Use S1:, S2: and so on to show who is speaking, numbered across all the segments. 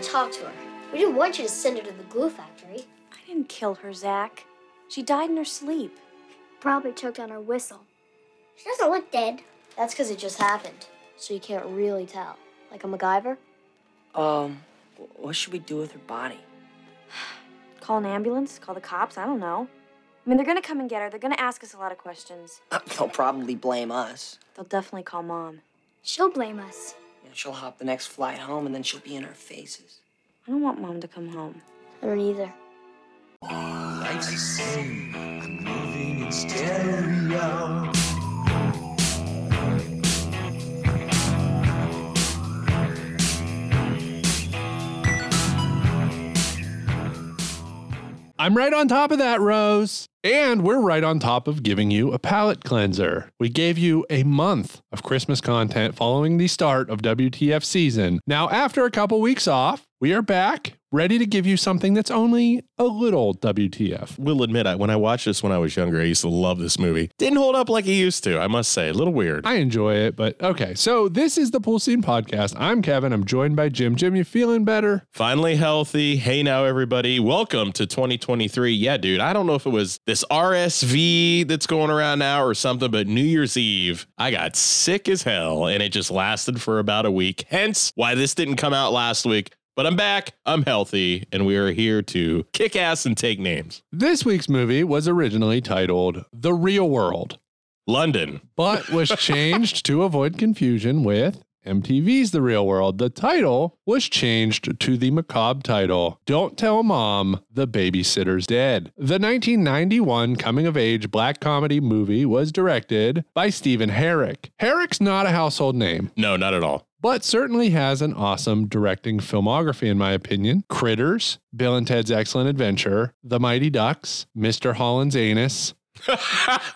S1: talk to her. We didn't want you to send her to the glue factory.
S2: I didn't kill her, Zach. She died in her sleep.
S3: Probably choked on her whistle.
S1: She doesn't look dead. That's because it just happened, so you can't really tell. Like a MacGyver?
S4: Um, wh- what should we do with her body?
S2: Call an ambulance, call the cops, I don't know. I mean, they're gonna come and get her, they're gonna ask us a lot of questions.
S4: They'll probably blame us.
S2: They'll definitely call mom.
S3: She'll blame us.
S4: You know, she'll hop the next flight home and then she'll be in our faces.
S2: I don't want mom to come home.
S1: I don't either.
S5: Life's the same. I'm moving in stereo.
S6: I'm right on top of that, Rose. And we're right on top of giving you a palate cleanser. We gave you a month of Christmas content following the start of WTF season. Now, after a couple weeks off, we are back, ready to give you something that's only a little WTF.
S7: Will admit, I, when I watched this when I was younger, I used to love this movie. Didn't hold up like it used to, I must say. A little weird.
S6: I enjoy it, but okay. So, this is the Pool Scene Podcast. I'm Kevin. I'm joined by Jim. Jim, you feeling better?
S7: Finally healthy. Hey now, everybody. Welcome to 2023. Yeah, dude, I don't know if it was this RSV that's going around now or something, but New Year's Eve, I got sick as hell and it just lasted for about a week. Hence why this didn't come out last week. But I'm back, I'm healthy, and we are here to kick ass and take names.
S6: This week's movie was originally titled The Real World.
S7: London.
S6: but was changed to avoid confusion with MTV's The Real World. The title was changed to the macabre title Don't Tell Mom the Babysitter's Dead. The 1991 coming of age black comedy movie was directed by Stephen Herrick. Herrick's not a household name
S7: No, not at all.
S6: but certainly has an awesome directing filmography, in my opinion. Critters, Bill and Ted's Excellent Adventure, The Mighty Ducks, Mr. Holland's Anus,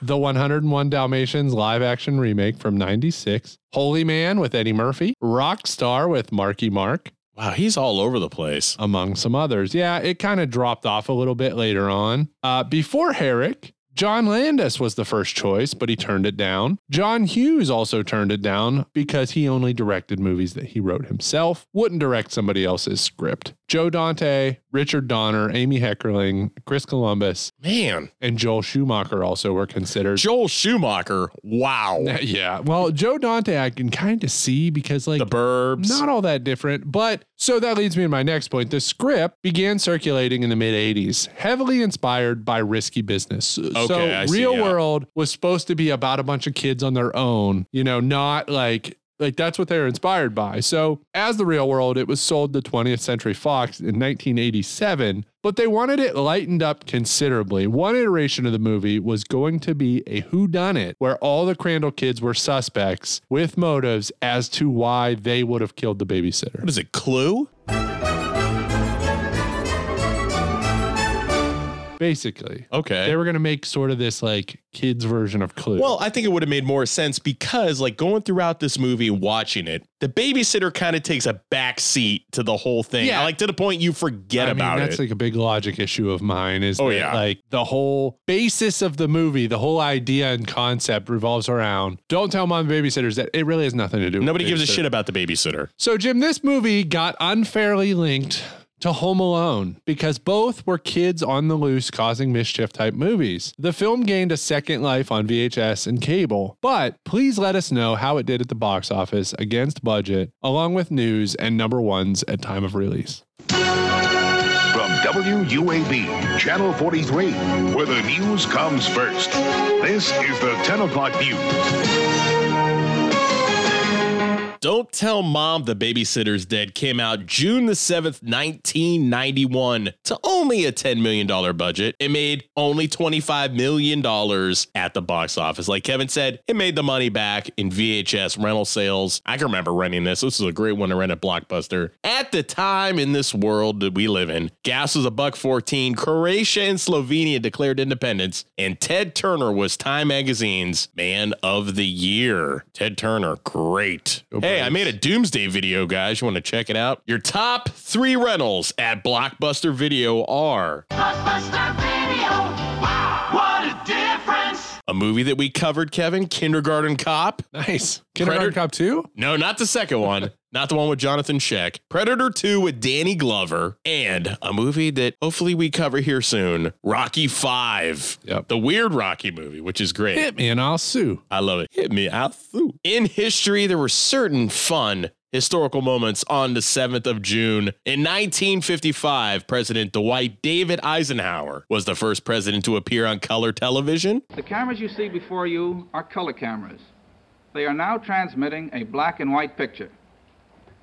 S6: The 101 Dalmatians live action remake from 96, Holy Man with Eddie Murphy, Rockstar with Marky Mark,
S7: Wow, he's all over the place.
S6: among some others. Yeah, it kind of dropped off a little bit later on. Uh, before Herrick, John Landis was the first choice, but he turned it down. John Hughes also turned it down because he only directed movies that he wrote himself, wouldn't direct somebody else's script. Joe Dante, Richard Donner, Amy Heckerling, Chris Columbus,
S7: Man,
S6: and Joel Schumacher also were considered.
S7: Joel Schumacher. Wow.
S6: yeah, well, Joe Dante, I can kind of see because, like,
S7: the Burbs.
S6: not all that different. But so that leads me to my next point. The script began circulating in the mid 80s, heavily inspired by risky business. so,
S7: I see,
S6: Real
S7: yeah.
S6: World was supposed to be about a bunch of kids on their own, you know, not like. Like that's what they were inspired by. So, as the real world, it was sold to 20th Century Fox in 1987, but they wanted it lightened up considerably. One iteration of the movie was going to be a whodunit where all the Crandall kids were suspects with motives as to why they would have killed the babysitter.
S7: what is it, Clue?
S6: basically.
S7: Okay.
S6: They were going to make sort of this like kids version of Clue.
S7: well, I think it would have made more sense because, like, going throughout this movie, watching it, the babysitter kind of takes a back seat to the whole thing.
S6: Yeah.
S7: Like, to the point you forget
S6: I mean,
S7: about
S6: that's
S7: it.
S6: like a big logic issue of mine is
S7: Oh,
S6: that,
S7: yeah.
S6: like the whole basis of the movie, the whole idea and concept revolves around don't tell mom and babysitters that it really has nothing to do
S7: Nobody
S6: with
S7: gives a
S6: babysitter.
S7: shit about the babysitter.
S6: So, Jim, this movie got unfairly linked to Home Alone because both were kids on the loose causing mischief type movies. The film gained a second life on VHS and cable, but please let us know how it did at the box office against budget, along with news and number ones at time of release.
S8: From WUAB, Channel 43, where the news comes first. This is the 10 o'clock news.
S7: Don't Tell Mom the Babysitter's Dead came out June the 7th, 1991 to only a $10 million budget. It made only $25 million at the box office. Like Kevin said, it made the money back in VHS rental sales. I can remember renting this. This is a great one to rent at Blockbuster. At the time in this world that we live in, gas was a buck 14. Croatia and Slovenia declared independence, and Ted Turner was Time Magazine's Man of the Year. Ted Turner, great.
S6: Go
S7: Hey, I
S6: Braves.
S7: made a doomsday video, guys. You want to check it out? Your top three rentals at Blockbuster Video are
S9: Blockbuster Video. Wow, what a difference!
S7: a movie that we covered, Kevin, Kindergarten Cop.
S6: Nice. Kindergarten
S7: Predator-
S6: Cop 2?
S7: No, not the second one. Not the one with Jonathan Sheck. Predator 2 with Danny Glover. And a movie that hopefully we cover here soon Rocky 5.
S6: Yep.
S7: The weird Rocky movie, which is great.
S6: Hit me and I'll sue.
S7: I love it. Hit me out through. In history, there were certain fun historical moments on the 7th of June. In 1955, President Dwight David Eisenhower was the first president to appear on color television.
S9: The cameras you see before you are color cameras. They are now transmitting a black and white picture.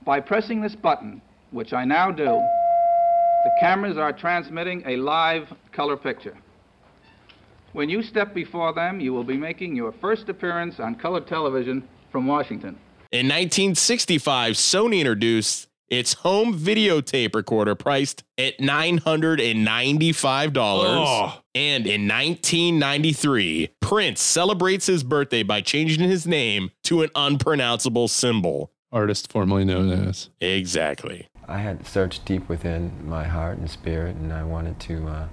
S9: By pressing this button, which I now do, the cameras are transmitting a live color picture. When you step before them, you will be making your first appearance on color television from Washington.
S7: In 1965, Sony introduced its home videotape recorder priced at $995.
S6: Oh.
S7: And in 1993, Prince celebrates his birthday by changing his name to an unpronounceable symbol.
S6: Artist formerly known as.
S7: Exactly.
S10: I had searched deep within my heart and spirit, and I wanted to uh,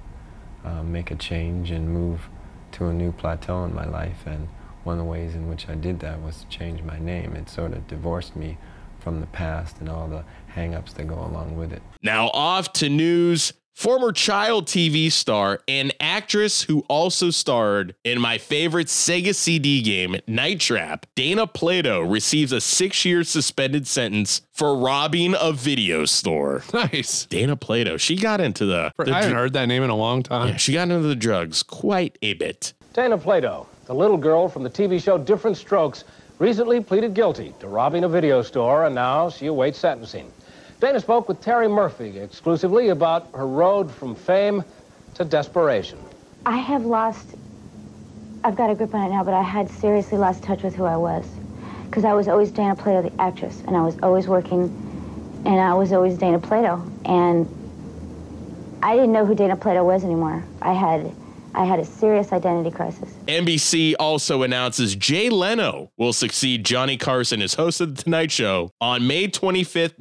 S10: uh, make a change and move to a new plateau in my life. And one of the ways in which I did that was to change my name. It sort of divorced me from the past and all the hang-ups that go along with it.
S7: Now, off to news. Former child TV star and actress who also starred in my favorite Sega CD game, Night Trap, Dana Plato receives a six year suspended sentence for robbing a video store.
S6: Nice.
S7: Dana Plato, she got into the, the
S6: I haven't
S7: dr-
S6: heard that name in a long time.
S7: yeah, she got into the drugs quite a bit.
S11: Dana Plato, the little girl from the TV show Different Strokes, recently pleaded guilty to robbing a video store, and now she awaits sentencing. Dana spoke with Terry Murphy exclusively about her road from fame to desperation.
S12: I have lost. I've got a grip on it now, but I had seriously lost touch with who I was. Because I was always Dana Plato, the actress, and I was always working, and I was always Dana Plato. And I didn't know who Dana Plato was anymore. I had, I had a serious identity crisis.
S7: NBC also announces Jay Leno will succeed Johnny Carson as host of The Tonight Show on May 25th,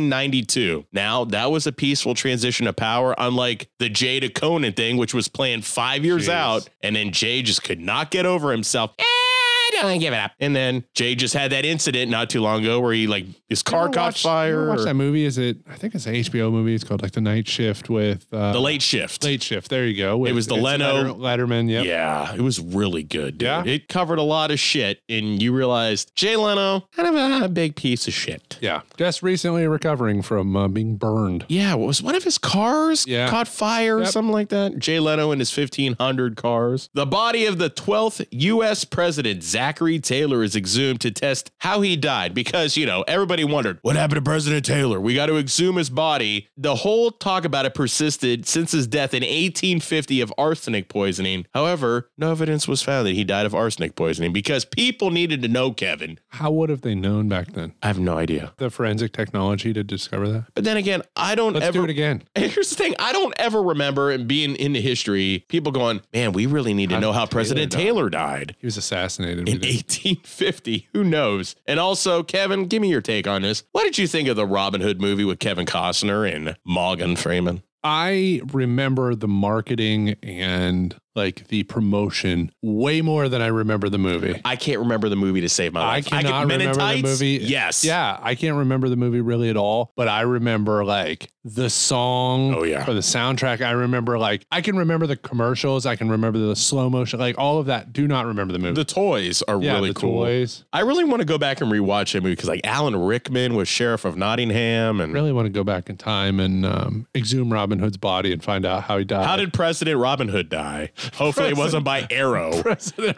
S7: 1992. Now, that was a peaceful transition of power, unlike the Jay to Conan thing, which was planned five years
S6: Jeez.
S7: out, and then Jay just could not get over himself. Eh, I don't give it up. And then Jay just had that incident not too long ago where he like his car
S6: You ever
S7: caught
S6: watch- you ever
S7: fire.
S6: Watch that movie. Is it? I think it's an HBO movie. It's called like The Night Shift with uh,
S7: the late shift.
S6: Late Shift. There you go. With-
S7: was the
S6: it's
S7: Leno-
S6: Letter- Letterman. Yep.
S7: Yeah, it was really good. Dude.
S6: Yeah?
S7: It covered a lot of shit, and you realized Jay Leno, kind of a big piece of shit.
S6: Yeah. Just recently recovering from uh, being burned.
S7: Yeah, what was one of his cars
S6: Yeah.
S7: caught fire or
S6: Yep.
S7: something like that? Jay Leno and his 1,500 cars. The body of the 12th U.S. President Zachary Taylor is exhumed to test how he died because, you know, everybody wondered, what happened to President Taylor? We got to exhume his body. The whole talk about it persisted since his death in 1850 of arsenic poisoning. However, no evidence was found that he died of arsenic poisoning because people needed to know, Kevin.
S6: How would have they known back then?
S7: I have no idea.
S6: The forensic technology to discover that.
S7: But then again, I don't
S6: Let's
S7: ever
S6: do it again.
S7: And here's the thing I don't ever remember and being in the history, people going, man, we really need to
S6: How
S7: know
S6: did
S7: how
S6: Taylor
S7: President
S6: die?"
S7: Taylor died.
S6: He was assassinated. We
S7: In
S6: didn't-
S7: 1850, who knows? And also, Kevin, give me your take on this. What did you think of the Robin Hood movie with Kevin Costner and Morgan Freeman?
S6: I remember the marketing and like the promotion way more than I remember the movie.
S7: I can't remember the movie to save my
S6: I
S7: life.
S6: cannot
S7: can- Oh, Men in
S6: remember the
S7: Tights?
S6: movie.
S7: Yes.
S6: Yeah, I can't remember the movie really at all, but I remember like the song
S7: Oh, yeah.
S6: or the soundtrack. I remember like I can remember the commercials, I can remember the slow motion, like all of that. Do not remember the movie.
S7: The toys are
S6: yeah,
S7: really
S6: the
S7: cool.
S6: toys.
S7: I really want to go back and rewatch that movie because, like, Alan Rickman was Sheriff of Nottingham. And
S6: Really want to go back in time and um, exhume Robin Hood's body and find out how he died.
S7: how did President Robin Hood die? Hopefully, it wasn't by arrow.
S6: President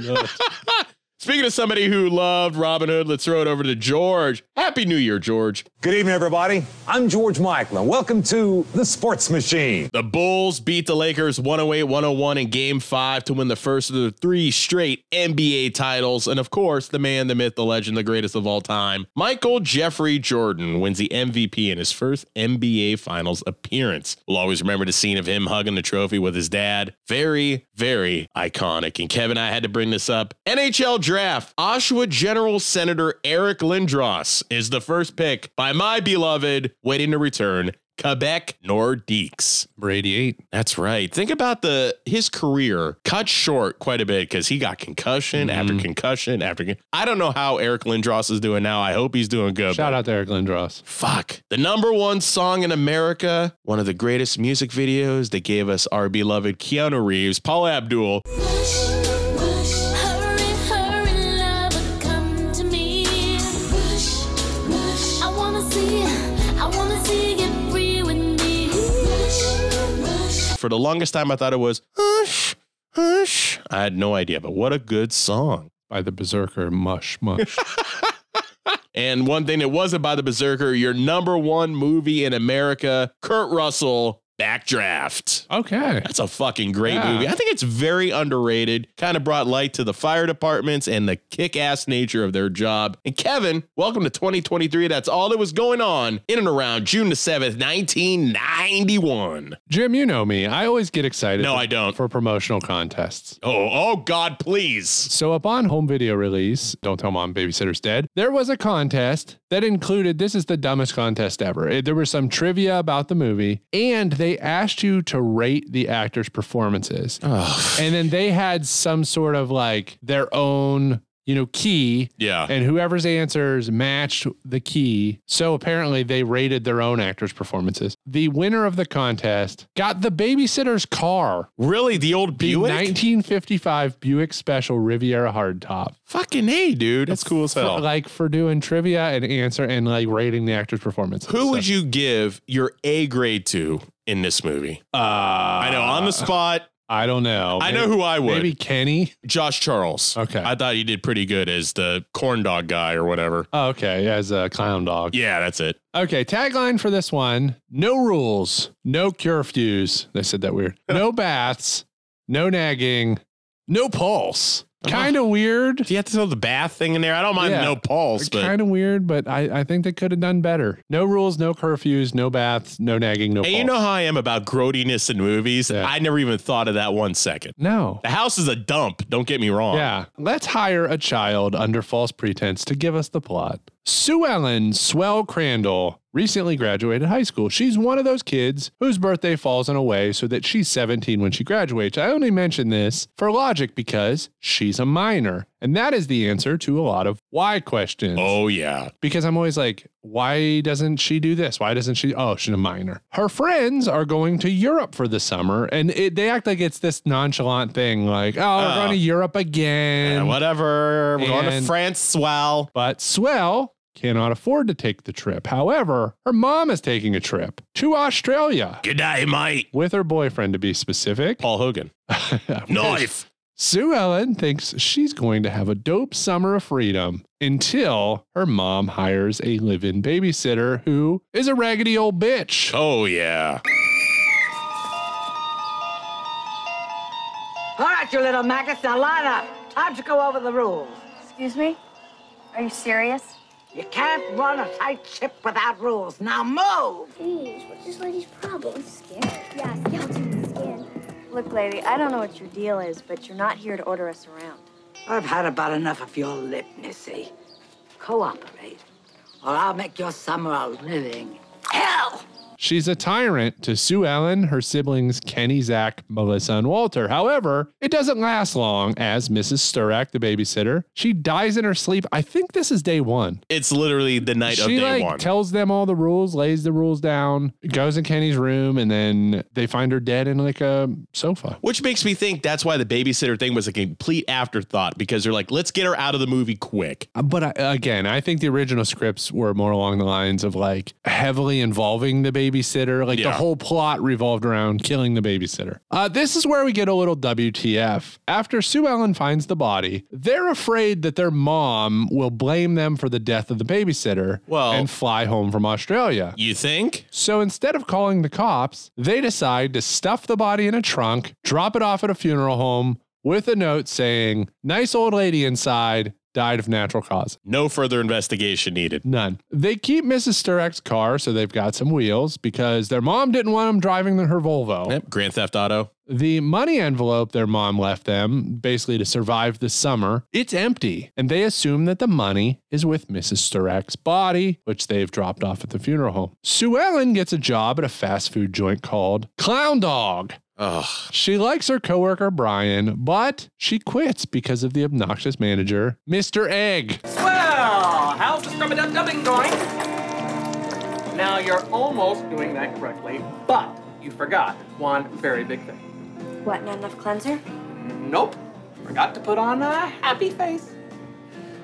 S6: Hood?
S7: Speaking of somebody who loved Robin Hood, let's throw it over to George. Happy New Year, George.
S5: Good evening, everybody. I'm George Michael, and welcome to The Sports Machine.
S7: The Bulls beat the Lakers 108 101 in game five to win the first of the three straight NBA titles. And of course, the man, the myth, the legend, the greatest of all time, Michael Jeffrey Jordan wins the MVP in his first NBA Finals appearance. We'll always remember the scene of him hugging the trophy with his dad. Very, very iconic. And Kevin, I had to bring this up. NHL draft. Oshawa General Senator Eric Lindros is the first pick by my beloved, waiting to return, Quebec Nordiques.
S6: Brady
S7: That's right. Think about the his career cut short quite a bit because he got concussion
S6: Mm-hmm.
S7: after concussion after. con- I don't know how Eric Lindros is doing now. I hope he's doing good.
S6: Shout out to Eric Lindros.
S7: Fuck. The number one song in America, one of the greatest music videos that gave us our beloved Keanu Reeves, Paul Abdul.
S13: Hurry, hurry, lover, come to me. Rush, rush. I wanna see, I wanna see you free with me. Rush, rush.
S7: For the longest time, I thought it was Hush, Hush. I had no idea, but what a good song.
S6: By the Berserker, Mush, Mush.
S7: and one thing that wasn't by the Berserker, your number one movie in America, Kurt Russell, Backdraft.
S6: Okay.
S7: That's a fucking great
S6: Yeah.
S7: movie. I think it's very underrated, kind of brought light to the fire departments and the kick ass nature of their job. And Kevin, welcome to 2023. That's all that was going on in and around June the 7th, 1991.
S6: Jim, you know me. I always get excited.
S7: No, I don't.
S6: For promotional contests.
S7: Oh, oh God, please.
S6: So upon home video release, Don't Tell Mom Babysitter's Dead, there was a contest that included this is the dumbest contest ever. It- there was some trivia about the movie, and they asked you to rate the actors' performances. And then they had some sort of like their own, you know, key.
S7: Yeah.
S6: And whoever's answers matched the key. So apparently they rated their own actors' performances. The winner of the contest got the babysitter's car.
S7: Really? The old
S6: The 1955 Buick Special Riviera Hardtop.
S7: Fucking A, dude. That's cool as hell.
S6: For- like for doing trivia and answer and like rating the actor's performance.
S7: Who would you give your A grade to in this movie? Uh, I know on the spot.
S6: I don't know.
S7: I
S6: Maybe-
S7: know who I would.
S6: Maybe Kenny.
S7: Josh Charles.
S6: Okay.
S7: I thought he did pretty good as the corn dog guy or whatever.
S6: Oh, okay. As a clown dog.
S7: Yeah, that's it.
S6: Okay, tagline for this one no rules, no curfews. They said that weird. No baths, no nagging, no pulse. Kind of weird. Do
S7: you have to throw the bath thing Uh-huh. in there? I don't mind no pulse, but-
S6: kind of weird, but I, I think they could have done better. No rules, no curfews, no baths, no nagging, no
S7: And
S6: pulse.
S7: you know how I am about grodiness in movies. I never even thought of that one second.
S6: no.
S7: The house is a dump. Don't get me wrong.
S6: Yeah. Let's hire a child under false pretense to give us the plot. Sue Ellen Swell Crandall recently graduated high school. She's one of those kids whose birthday falls in a way so that she's 17 when she graduates. I only mention this for logic because she's a minor. And that is the answer to a lot of why questions.
S7: Oh, yeah.
S6: Because I'm always like, why doesn't she do this? Why doesn't she? Oh, she's a minor. Her friends are going to Europe for the summer, and it, they act like it's this nonchalant thing, like, oh, we're
S7: Oh.
S6: going to Europe again.
S7: Yeah, whatever. We're going
S6: And-
S7: to France, swell.
S6: But Swell cannot afford to take the trip. However, her mom is taking a trip to Australia.
S7: G'day, mate.
S6: With her boyfriend, to be specific.
S7: Paul Hogan. Knife.
S6: Sue Ellen thinks she's going to have a dope summer of freedom until her mom hires a live in babysitter who is a raggedy old bitch.
S7: Oh, yeah.
S14: All right, you little maggots, now line up. Time to go over the rules.
S15: Excuse me? Are you serious?
S14: You can't run a tight ship without rules. Now move!
S3: Jeez, what's this lady's problem?
S2: Yeah, skeleton skin. Look, lady, I don't know what your deal is, but you're not here to order us around.
S14: I've had about enough of your lip, Missy. Cooperate, or I'll make your summer a living hell!
S6: She's a tyrant to Sue Ellen, her siblings Kenny, Zach, Melissa, and Walter. However, it doesn't last long as Mrs. Sturak, the babysitter, she dies in her sleep. I think this is day one.
S7: It's literally the night of
S6: She
S7: day
S6: like
S7: one.
S6: tells them all the rules, lays the rules down, goes in Kenny's room, and then they find her dead in like a sofa.
S7: Which makes me think that's why the babysitter thing was a complete afterthought because they're like, let's get her out of the movie quick.
S6: Uh, But I, again, I think the original scripts were more along the lines of like heavily involving the babysitter. Like the
S7: Yeah.
S6: whole plot revolved around killing the babysitter. Uh, this is where we get a little WTF. After Sue Ellen finds the body, they're afraid that their mom will blame them for the death of the babysitter
S7: Well-
S6: and fly home from Australia.
S7: You think?
S6: So instead of calling the cops, they decide to stuff the body in a trunk, drop it off at a funeral home with a note saying, Nice old lady inside. died of natural cause.
S7: No further investigation needed.
S6: None. They keep Mrs. Sturek's car, so they've got some wheels because their mom didn't want them driving her Volvo.
S7: Yep. Grand Theft Auto.
S6: The money envelope their mom left them, basically to survive the summer, it's empty, and they assume that the money is with Mrs. Sturek's body, which they've dropped off at the funeral home. Sue Ellen gets a job at a fast food joint called Clown Dog.
S7: Ugh.
S6: She likes her coworker Brian, but she quits because of the obnoxious manager, Mr. Egg.
S16: Well, how's the scrubbing up dubbing going? Now you're almost doing that correctly, but you forgot one very big thing.
S2: What, not enough cleanser?
S16: Nope, forgot to put on a happy face.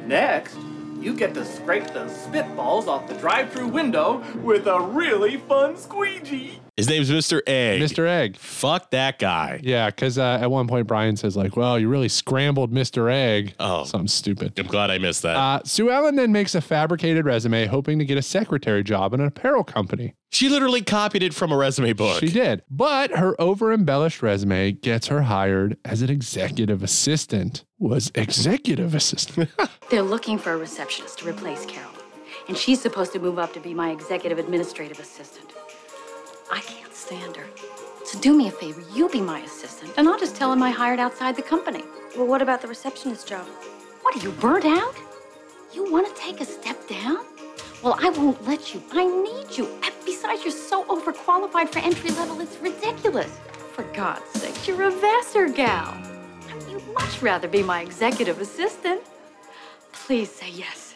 S16: Next, you get to scrape the spitballs off the drive-through window with a really fun squeegee.
S7: His name's Mr. Egg.
S6: Mr. Egg.
S7: Fuck that guy.
S6: Yeah, because uh, at one point Brian says, like, well, you really scrambled Mr. Egg.
S7: Oh.
S6: Something stupid.
S7: I'm glad I missed that.
S6: Uh, Sue Ellen then makes a fabricated resume, hoping to get a secretary job in an apparel company.
S7: she literally copied it from a resume book.
S6: She did, but her over embellished resume gets her hired as an executive assistant. Was executive assistant.
S17: They're looking for a receptionist to replace Carol, and she's supposed to move up to be my executive administrative assistant. I can't stand her. So do me a favor, you be my assistant, and I'll just tell him I hired outside the company.
S2: Well, what about the receptionist job?
S17: What are you, burnt out? You want to take a step down? Well, I won't let you. I need you. And besides, you're so overqualified for entry level, it's ridiculous. For God's sake, you're a Vassar gal. I mean, you'd much rather be my executive assistant. Please say yes.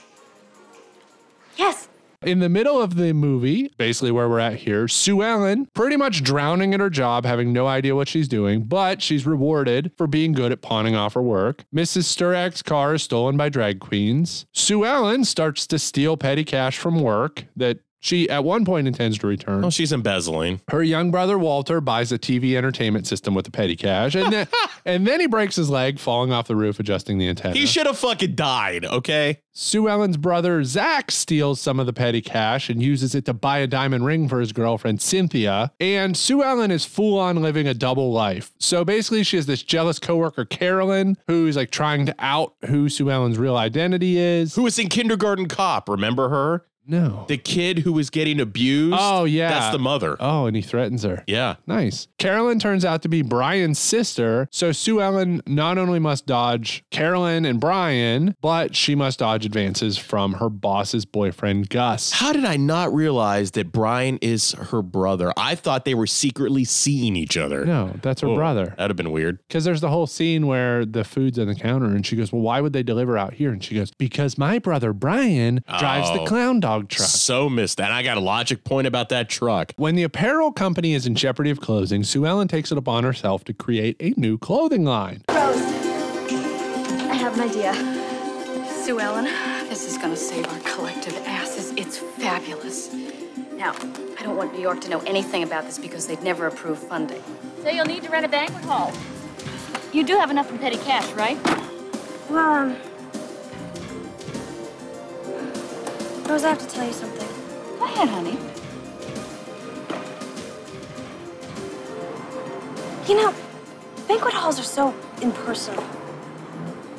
S17: Yes.
S6: In the middle of the movie, basically where we're at here, Sue Ellen pretty much drowning in her job, having no idea what she's doing, but she's rewarded for being good at pawning off her work. Mrs. Sturek's car is stolen by drag queens. Sue Ellen starts to steal petty cash from work that she at one point intends to return.
S7: Oh, she's embezzling.
S6: Her young brother Walter buys a TV entertainment system with the petty cash, and then and then he breaks his leg falling off the roof, adjusting the antenna.
S7: He should have fucking died, okay?
S6: Sue Ellen's brother Zach steals some of the petty cash and uses it to buy a diamond ring for his girlfriend Cynthia. And Sue Ellen is full on living a double life. So basically, she has this jealous coworker Carolyn who's like trying to out who Sue Ellen's real identity is.
S7: Who was in Kindergarten Cop? Remember her?
S6: No.
S7: The kid who was getting abused.
S6: Oh yeah,
S7: That's the mother.
S6: Oh, and he threatens her.
S7: Yeah.
S6: Nice. Carolyn turns out to be Brian's sister. So Sue Ellen not only must dodge Carolyn and Brian, but she must dodge advances from her boss's boyfriend, Gus.
S7: How did I not realize that Brian is her brother? I thought they were secretly seeing each other.
S6: No, that's her
S7: Oh,
S6: brother.
S7: That'd have been weird.
S6: Because there's the whole scene where the food's on the counter and she goes, Well, why would they deliver out here? And she goes, Because my brother Brian drives the
S7: Oh.
S6: clown dog truck.
S7: So missed that. I got a logic point about that truck.
S6: When the apparel company is in jeopardy of closing, Sue Ellen takes it upon herself to create a new clothing line.
S17: I have an idea. Sue Ellen, this is gonna save our collective asses. It's fabulous. Now, I don't want New York to know anything about this because they'd never approve funding.
S15: So you'll need to rent a banquet hall.
S17: You do have enough in petty cash, right?
S2: Well, um. Rose, I have to tell you something.
S17: Go ahead, honey.
S2: You know, banquet halls are so impersonal.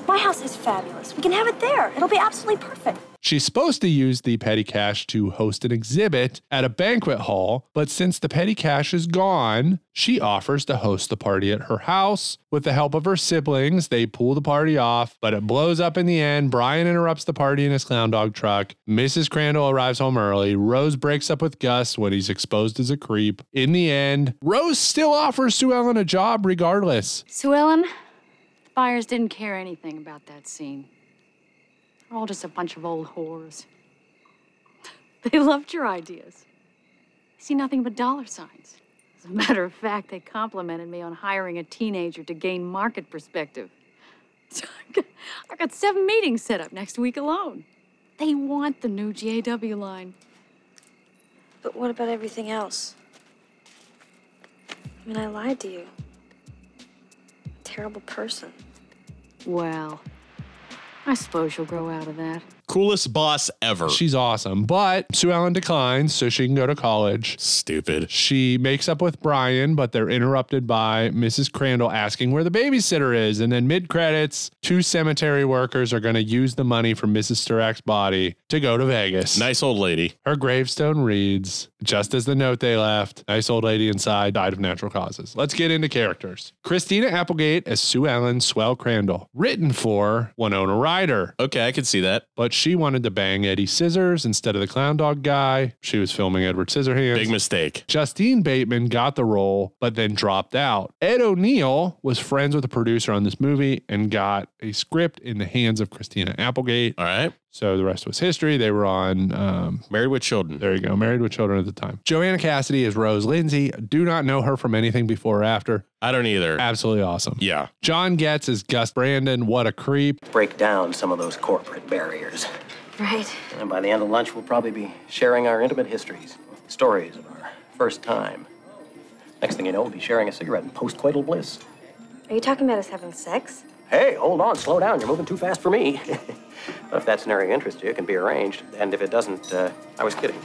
S2: My house is fabulous. We can have it there. It'll be absolutely perfect.
S6: She's supposed to use the petty cash to host an exhibit at a banquet hall, but since the petty cash is gone, she offers to host the party at her house. With the help of her siblings, they pull the party off, but it blows up in the end. Brian interrupts the party in his clown dog truck. Mrs. Crandall arrives home early. Rose breaks up with Gus when he's exposed as a creep. In the end, Rose still offers Sue Ellen a job regardless.
S17: Sue Ellen, the buyers didn't care anything about that scene. They're all just a bunch of old whores. They loved your ideas. They see nothing but dollar signs. As a matter of fact, they complimented me on hiring a teenager to gain market perspective. So I've got, I've got seven meetings set up next week alone. They want the new GAW line.
S2: But what about everything else? I mean, I lied to you. A terrible person.
S17: Well, I suppose you'll grow out of that.
S7: Of coolest boss ever.
S6: She's awesome. But Sue Ellen declines so she can go to college.
S7: Stupid.
S6: She makes up with Brian, but they're interrupted by Mrs. Crandall asking where the babysitter is. And then mid credits, two cemetery workers are going to use the money from Mrs. Sturak's body to go to Vegas.
S7: Nice old lady.
S6: Her gravestone reads, just as the note they left, nice old lady inside died of natural causes. Let's get into characters. Christina Applegate as Sue Ellen Swell Crandall, written for Winona Ryder.
S7: Okay, I could see that.
S6: But she wanted to bang Eddie Scissors instead of the clown dog guy. She was filming Edward Scissorhands.
S7: Big mistake.
S6: Justine Bateman got the role, but then dropped out. Ed O'Neill was friends with the producer on this movie and got a script in the hands of Christina Applegate.
S7: All right.
S6: So the rest was history. They were on um,
S7: Married with Children.
S6: There you go. Married with Children at the time. Joanna Cassidy is Rose Lindsay. Do not know her from anything before or after.
S7: I don't either.
S6: Absolutely awesome.
S7: Yeah.
S6: John Getz is Gus Brandon. What a creep.
S18: Break down some of those corporate barriers.
S2: Right.
S18: And by the end of lunch, we'll probably be sharing our intimate histories, stories of our first time. Next thing you know, we'll be sharing a cigarette in postcoital bliss.
S2: Are you talking about us having sex?
S18: Hey, hold on, slow down. You're moving too fast for me. but if that scenario interests you, it can be arranged. And if it doesn't, uh, I was kidding.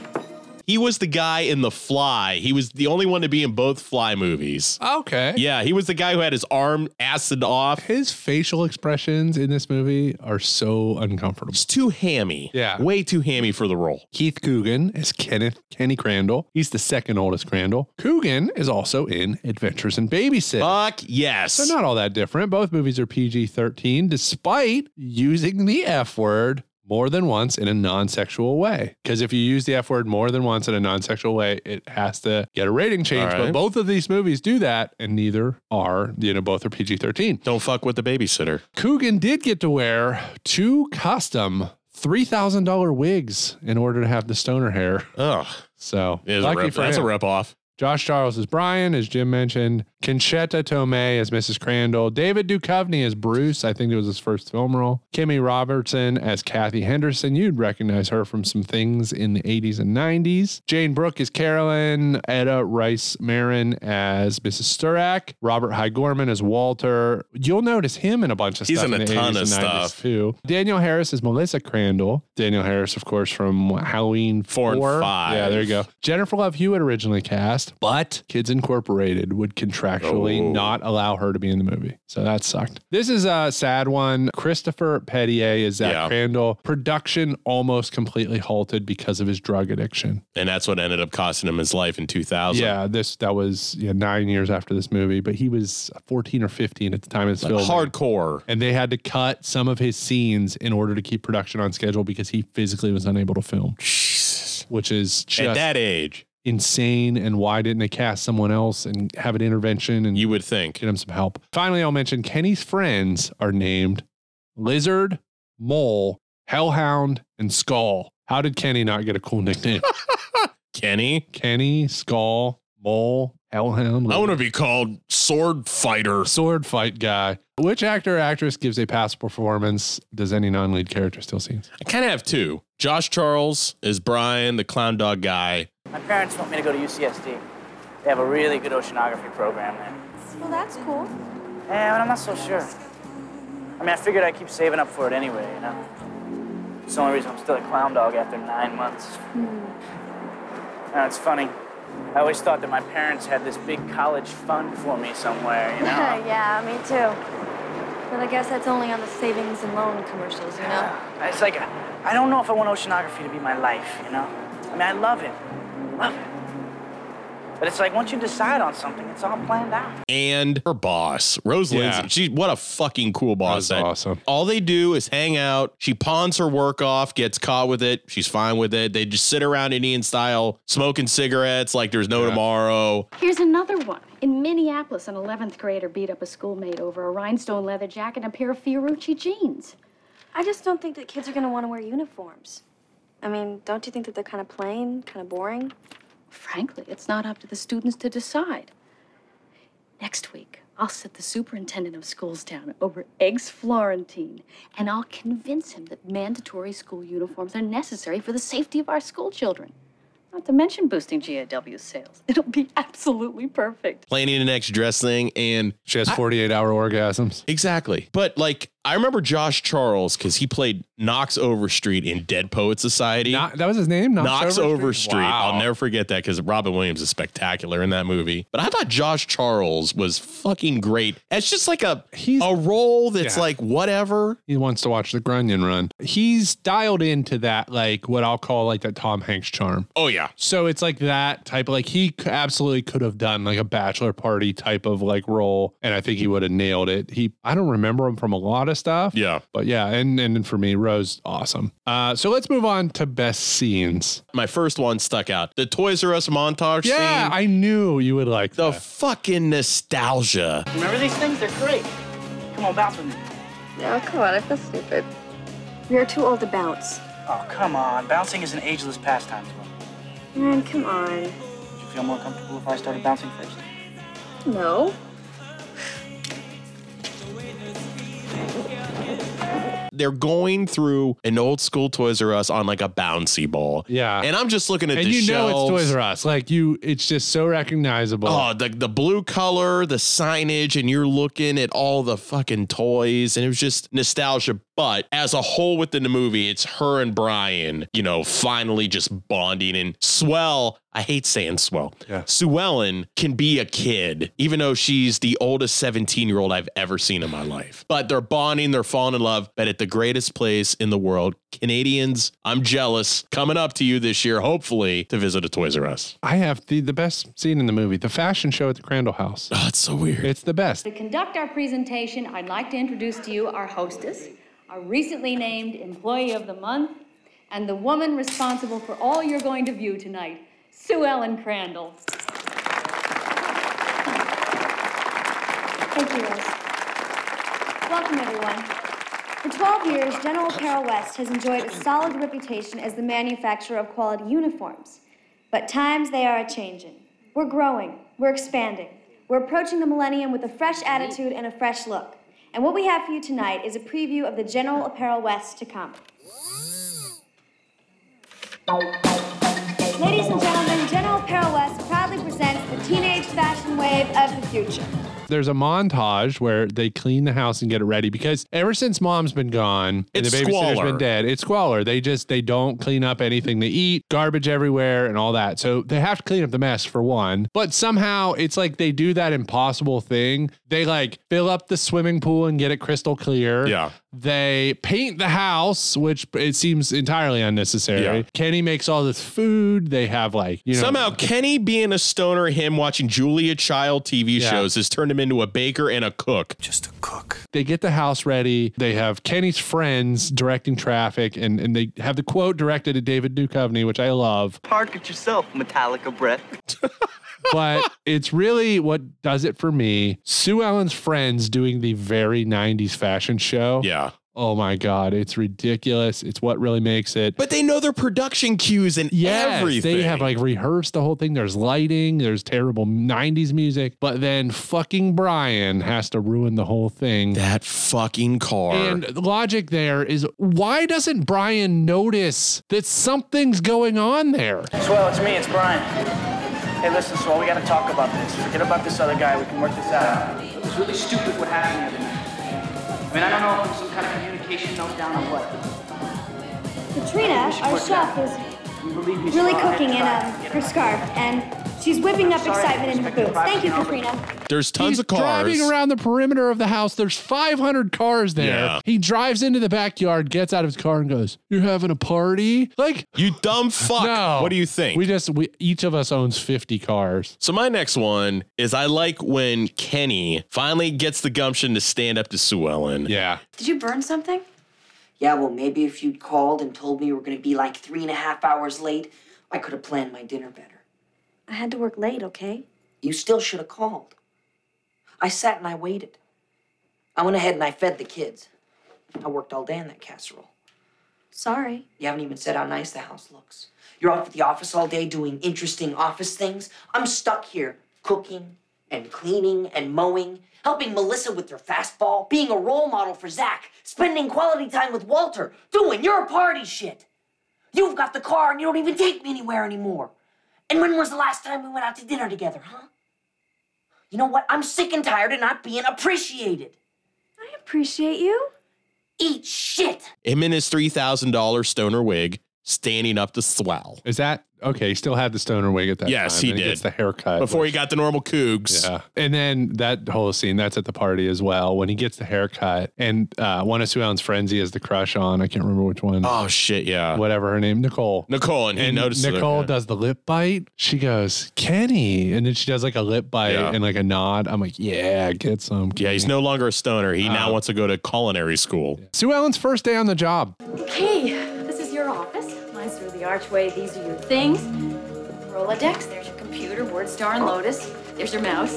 S7: He was the guy in The Fly. He was the only one to be in both Fly movies.
S6: Ah. Okay.
S7: Yeah, he was the guy who had his arm acid off.
S6: His facial expressions in this movie are so uncomfortable.
S7: It's too hammy.
S6: Yeah.
S7: Way too hammy for the role.
S6: Keith Coogan is Kenneth Kenny Crandall. He's the second oldest Crandall. Coogan is also in Adventures in Babysitting.
S7: Fuck yes.
S6: So not all that different. Both movies are PG-13 despite using the F word more than once in a non sexual way. Because if you use the F word more than once in a non sexual way, it has to get a rating change.
S7: All right.
S6: But both of these movies do that, and neither are, you know, both are PG 13.
S7: Don't fuck with the babysitter.
S6: Coogan did get to wear two custom $3,000 wigs in order to have the stoner hair.
S7: Ugh.
S6: So
S7: It is a
S6: lucky
S7: rip-
S6: for
S7: that's
S6: him.
S7: a rip off.
S6: Josh Charles is Brian, as Jim mentioned. Conchetta Tomei as Mrs. Crandall. David Duchovny as Bruce. I think it was his first film role. Kimmy Robertson as Kathy Henderson. You'd recognize her from some things in the 80s and 90s. Jane Brooke is Carolyn. Etta Rice Marin as Mrs. Sturak. Robert Higorman as Walter. You'll notice him in a bunch of
S7: He's
S6: stuff.
S7: in a
S6: the
S7: ton of
S6: 80s and 90s,
S7: stuff.
S6: Too. Daniel Harris is Melissa Crandall. Daniel Harris, of course, from Halloween
S7: Four and five.
S6: Yeah, there you go. Jennifer Love Hewitt originally cast, but Kids Incorporated would contractually
S7: Oh.
S6: not allow her to be in the movie. So that sucked. This is a sad one. Christopher Pettier is Zach
S7: Yeah.
S6: Crandall. Production almost completely halted because of his drug addiction.
S7: And that's what ended up costing him his life in 2000.
S6: Yeah, this that was yeah, nine years after this movie, but he was 14 or 15 at the time of this
S7: Like
S6: film.
S7: hardcore.
S6: And they had to cut some of his scenes in order to keep production on schedule because he physically was unable to film,
S7: Jesus.
S6: which is just
S7: At that age,
S6: insane and why didn't they cast someone else and have an intervention and
S7: you would think.
S6: get him some help? Finally, I'll mention Kenny's friends are named Lizard, Mole, Hellhound, and Skull. How did Kenny not get a cool nickname?
S7: Kenny?
S6: Kenny, Skull, Mole, Hellhound.
S7: I
S6: Lizard.
S7: want to be called sword fighter.
S6: sword fight guy. Which actor or actress gives a past performance? Does any non lead character still scenes?
S7: I kind of have two. Josh Charles is Brian, the clown dog guy.
S19: My parents want me to go to UCSD. They have a really good oceanography program there.
S2: Well, that's cool.
S19: Yeah, but I'm not so sure. I mean, I figured I'd keep saving up for it anyway, you know? It's the only reason I'm still a clown dog after nine months. Now, it's funny. I always thought that my parents had this big college fund for me somewhere, you know?
S2: Uh, yeah, me too. But I guess that's only on the savings and loan commercials, you know?
S19: It's like, I don't know if I want oceanography to be my life, you know? I mean, I love it. Love it. But it's like, once you decide on something, it's all planned out.
S7: and her boss, Rose
S6: Yeah.
S7: Lindsay. She what a fucking cool boss.
S6: was awesome.
S7: All they do is hang out. She pawns her work off, gets caught with it. She's fine with it. They just sit around Indian style, smoking cigarettes like there's no tomorrow.
S17: Here's another one. In Minneapolis, an 11th grader beat up a schoolmate over a rhinestone leather jacket and a pair of Fiorucci jeans.
S2: I just don't think that kids are going to want to wear uniforms. I mean, don't you think that they're kind of plain, kind of boring?
S17: Frankly, it's not up to the students to decide. Next week, I'll sit the superintendent of schools down over Eggs Florentine, and I'll convince him that mandatory school uniforms are necessary for the safety of our school children. Not to mention boosting GAW sales. It'll be absolutely perfect.
S7: Planning the next dress thing and
S6: She has
S7: I-
S6: 48 hour orgasms.
S7: Exactly. But like I remember Josh Charles because he played Knox Overstreet in Dead Poet Society.
S6: that was his name.
S7: Knox, Overstreet. I'll never forget that because Robin Williams is spectacular in that movie. But I thought Josh Charles was fucking great. It's just like a a role that's like whatever.
S6: He wants to watch the Grunion Run. He's dialed into that like what I'll call like that Tom Hanks charm.
S7: Oh yeah.
S6: So it's like that type. Like he c- absolutely could have done like a bachelor party type of like role, and I think he would have nailed it. He I don't remember him from a lot of stuff.
S7: Yeah.
S6: But yeah, and and for me, Rose awesome. Uh, so let's move on to best scenes.
S7: My first one stuck out. The Toys R Us montage
S6: Yeah,
S7: scene.
S6: I knew you would like
S7: the fucking nostalgia.
S19: Remember these things? They're great. Come on, bounce with me.
S20: No, come on, I feel stupid. We are too old to bounce.
S19: Oh, come on. Bouncing is an ageless pastime. Would
S20: Man, come on.
S19: you feel more comfortable if I started bouncing first?
S20: No.
S7: They're going through an old school Toys R Us on like a bouncy ball.
S6: Yeah.
S7: And I'm just looking at
S6: and
S7: the
S6: you know
S7: shelves.
S6: it's Toys R Us. Like you, it's just so recognizable.
S7: Oh, the the blue color, the signage, and you're looking at all the fucking toys, and it was just nostalgia. But as a whole within the movie, it's her and Brian, you know, finally just bonding and swell. I hate saying swell. Sue Ellen can be a kid, even though she's the oldest 17 year old I've ever seen in my life. But they're bonding, they're falling in love, but at the greatest place in the world, Canadians, I'm jealous. Coming up to you this year, hopefully, to visit a Toys R Us.
S6: I have the, the best scene in the movie, the fashion show at the Crandall House.
S7: Oh, it's so weird.
S6: It's the best.
S17: To conduct our presentation, I'd like to introduce to you our hostess, our recently named Employee of the Month, and the woman responsible for all you're going to view tonight, Sue Ellen Crandall.
S2: Thank you, Rose. Welcome, everyone. For 12 years, General Apparel West has enjoyed a solid reputation as the manufacturer of quality uniforms. But times they are a changing. We're growing, we're expanding, we're approaching the millennium with a fresh attitude and a fresh look. And what we have for you tonight is a preview of the General Apparel West to come. Ladies and gentlemen, General Apparel West proudly presents the teenage fashion wave of the future.
S6: There's a montage where they clean the house and get it ready because ever since mom's been gone and
S7: It's
S6: the babysitter's
S7: squalor.
S6: been dead, it's squalor. They just they don't clean up anything they eat, garbage everywhere and all that. So they have to clean up the mess for one. But somehow it's like they do that impossible thing. They like fill up the swimming pool and get it crystal clear.
S7: Yeah.
S6: They paint the house, which it seems entirely unnecessary.
S7: Yeah.
S6: Kenny makes all this food. They have like, you know, uh,
S7: Somehow, Kenny being a stoner, him watching Julia Child TV
S6: Yeah.
S7: shows has turned him into a baker and a cook.
S6: Just a cook. They get the house ready. They have Kenny's friends directing traffic, and, and they have the quote directed at David Duchovny, which I love.
S21: Park it yourself, Metallica Brett.
S6: But it's really what does it for me. Sue Ellen's friends doing the very 90s fashion show.
S7: Yeah.
S6: Oh my God. It's ridiculous. It's what really makes it.
S7: But they know their production cues and
S6: Yes,
S7: everything.
S6: They have like rehearsed the whole thing. There's lighting, there's terrible 90s music, but then fucking Brian has to ruin the whole thing.
S7: That fucking car.
S6: And the logic there is why doesn't Brian notice that something's going on there?
S22: Swell, it's me, it's Brian. Hey, listen, Swell, we gotta talk about this. Forget about this other guy, we can work this out.
S19: It was really stupid what happened the other night. I mean, I don't know if it was some kind of communication meltdown or what.
S2: Katrina, our chef, is really cooking in um, her scarf, and she's whipping up excitement in her boots. Thank you, Katrina.
S7: There's tons of cars.
S6: Driving around the perimeter of the house, there's 500 cars there.
S7: Yeah.
S6: He drives into the backyard, gets out of his car, and goes, "You're having a party? Like
S7: you dumb fuck?
S6: No.
S7: What do you think?
S6: We just we each of us owns 50 cars.
S7: So my next one is I like when Kenny finally gets the gumption to stand up to Sue Ellen.
S6: Yeah.
S23: Did you burn something? Yeah, well, maybe if you'd called and told me we were going to be like three and a half hours late, I could have planned my dinner better.
S17: I had to work late, okay?
S23: You still should have called. I sat and I waited. I went ahead and I fed the kids. I worked all day on that casserole.
S17: Sorry.
S23: You haven't even said how nice the house looks. You're off at the office all day doing interesting office things. I'm stuck here cooking and cleaning and mowing, helping Melissa with her fastball, being a role model for Zach, spending quality time with Walter, doing your party shit. You've got the car and you don't even take me anywhere anymore. And when was the last time we went out to dinner together, huh? You know what? I'm sick and tired of not being appreciated.
S17: I appreciate you.
S23: eat shit.
S7: Him in his $3,000 stoner wig, standing up to Swell.
S6: Is that okay? He still had the stoner wig at that
S7: Yes,
S6: time.
S7: he
S6: and
S7: did.
S6: gets the haircut
S7: Before
S6: which-
S7: he got the normal Cougs.
S6: Yeah. And then that whole scene, that's at the party as well. When he gets the haircut and uh, one of Sue Ellen's friends he has the crush on. I can't remember which one.
S7: Oh, shit. Yeah.
S6: Whatever her name, Nicole.
S7: Nicole, and he noticed it,
S6: Nicole
S7: yeah.
S6: does the lip bite. She goes, Kenny. And then she does like a lip bite
S7: Yeah.
S6: and like a nod. I'm like, yeah, get some.
S7: Yeah, he's no longer a stoner. He now wants to go to culinary school.
S6: Sue Ellen's first day on the job.
S24: Okay, this is your office. Mine's through the archway. These are your things. Rolodex, there's your computer, Word Star and Lotus. There's your mouse.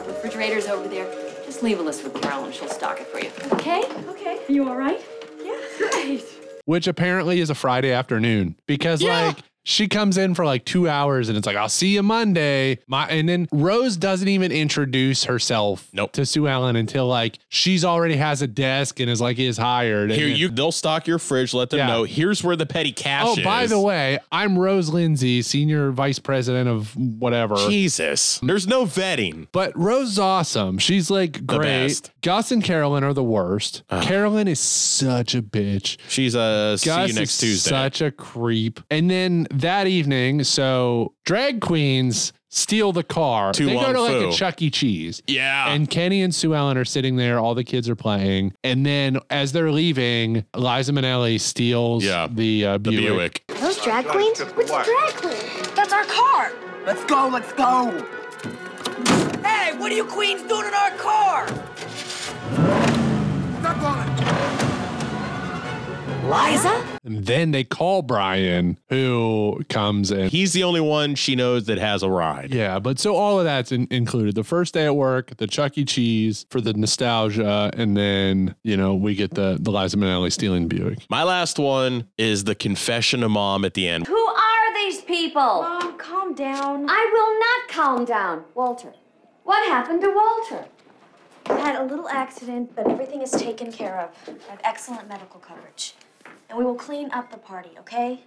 S24: Our refrigerator's over there. Just leave a list with Carol and she'll stock it for you. Okay, okay. You all right? Yeah. Great.
S6: which apparently is a Friday afternoon because like she comes in for like two hours and it's like I'll see you Monday. My and then Rose doesn't even introduce herself to Sue Ellen until like she's already has a desk and is like is hired. and
S7: Here,
S6: then-
S7: you they'll stock your fridge. Let them
S6: Yeah.
S7: know. Here's where the petty cash
S6: Oh,
S7: is.
S6: by the way, I'm Rose Lindsay, senior vice president of whatever.
S7: Jesus, there's no vetting.
S6: But Rose is awesome. She's like great.
S7: best.
S6: Gus and Carolyn are the worst. Carolyn is such a bitch.
S7: She's a
S6: Gus
S7: see you next
S6: is
S7: Tuesday.
S6: Such a creep. And then that evening, so drag queens steal the car.
S7: To
S6: they go
S7: Wong
S6: to like a
S7: Fu.
S6: Chuck E. Cheese.
S7: Yeah.
S6: And Kenny and Sue Ellen are sitting there. All the kids are playing. And then as they're leaving, Liza Minnelli steals the, uh, Buick.
S1: Those drag queens? What's a drag queen? That's our car. Let's go, let's go.
S23: Hey, what are you queens doing in our car? Stop on it. Liza?
S6: And then they call Brian, who comes in.
S7: He's the only one she knows that has a ride.
S6: Yeah, but so all of that's in- included. The first day at work, the Chuck E. Cheese for the nostalgia, and then you know we get the the Liza Minnelli stealing Buick.
S7: My last one is the confession of mom at the end.
S4: Who are these people? Mom,
S3: calm down.
S4: I will not calm down. Walter, what happened to Walter?
S2: I had a little accident, but everything is taken care of. I have excellent medical coverage. And we will clean up the party, okay?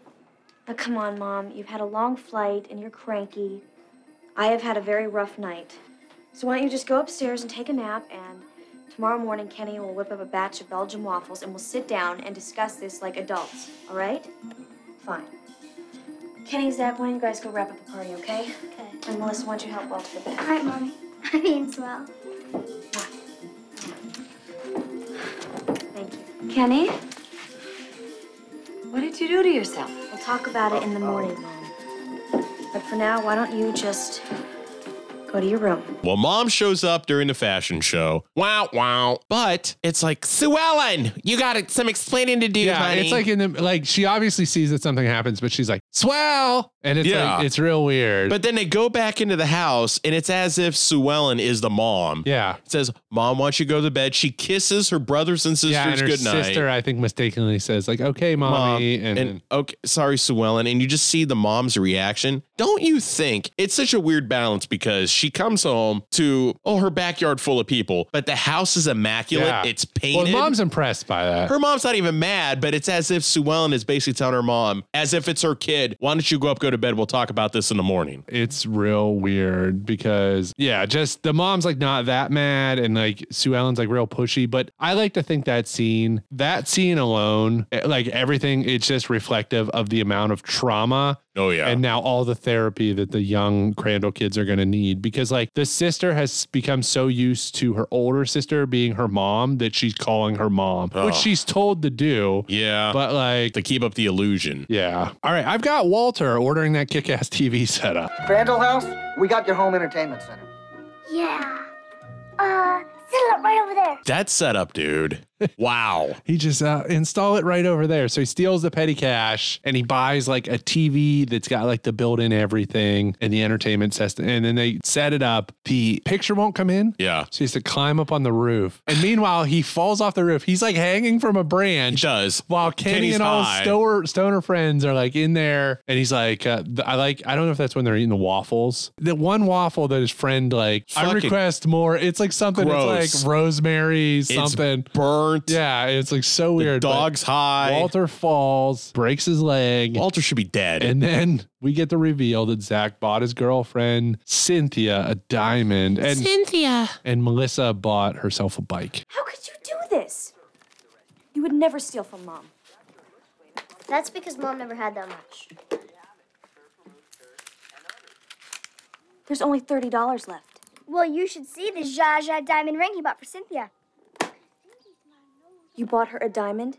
S2: But come on, Mom. You've had a long flight and you're cranky. I have had a very rough night. So why don't you just go upstairs and take a nap and tomorrow morning Kenny will whip up a batch of Belgian waffles and we'll sit down and discuss this like adults, all right? Fine. Kenny, Zach, why don't you guys go wrap up the party, okay? Okay. And Melissa, why don't you help Walter with that?
S1: All right, Mommy. I mean, swell.
S4: Kenny? What did you do to yourself?
S2: We'll talk about it in the morning, Mom. But for now, why don't you just go to your room?
S7: Well, mom shows up during the fashion show. Wow, wow. But it's like, Sue Ellen, you got some explaining to do,
S6: Yeah,
S7: honey.
S6: it's like in the like she obviously sees that something happens, but she's like swell, and it's
S7: Yeah.
S6: like it's real weird.
S7: But then they go back into the house, and it's as if Sue Ellen is the mom.
S6: Yeah.
S7: says, "Mom, why don't you go to bed?" She kisses her brothers and sisters
S6: yeah, and her
S7: good night.
S6: sister I think mistakenly says like okay, mommy,
S7: Mom,
S6: and,
S7: and, okay, sorry, Sue Ellen, and you just see the mom's reaction. Don't you think it's such a weird balance because she comes home to oh her backyard full of people, but the house is immaculate.
S6: Yeah.
S7: It's
S6: Well,
S7: painted.
S6: mom's impressed by that.
S7: her mom's not even mad, but it's as if Sue Ellen is basically telling her mom, as if it's her kid, why don't you go up, go to bed? We'll talk about this in the morning.
S6: it's real weird because yeah, just the mom's like not that mad and like Sue Ellen's like real pushy, but I like to think that scene, that scene alone, eh, like everything it's just reflective of the amount of trauma
S7: Oh yeah.
S6: and now all the therapy that the young Crandall kids are going to need because like the sister has become so used to her older sister being her mom that she's calling her mom,
S7: Oh.
S6: which she's told to do.
S7: Yeah.
S6: But like
S7: to keep up the illusion.
S6: Yeah. All right, I've got Walter ordering that kick-ass TV setup.
S8: Crandall House, we got your home entertainment center.
S1: Yeah. Uh, sit up right over there.
S7: That setup, dude. Wow.
S6: He just uh, install it right over there. So he steals the petty cash and he buys like a TV that's got like the built-in everything and the entertainment system. And then they set it up. The picture won't come in.
S7: Yeah.
S6: So he has to climb up on the roof. And meanwhile, he falls off the roof. He's like hanging from a branch.
S7: does.
S6: While Kenny
S7: Kenny's
S6: and all his
S7: high.
S6: stoner, stoner friends are like in there. And he's like, uh, th- I like, I don't know if that's when they're eating the waffles. The one waffle that his friend like, I
S7: Fucking
S6: request more. It's like something that's
S7: gross.
S6: like rosemary
S7: It's
S6: something.
S7: burnt.
S6: Yeah. It's like so weird. but
S7: dog's high.
S6: Walter falls, breaks his leg.
S7: Walter should be dead.
S6: And then we get the reveal that Zach bought his girlfriend, Cynthia, a diamond. And
S2: Cynthia.
S6: and Melissa bought herself a bike.
S2: How could you do this? You would never steal from mom.
S9: That's because mom never had that much.
S2: There's only $30 left.
S9: Well, you should see the Zsa Zsa diamond ring he bought for Cynthia.
S2: You bought her a diamond?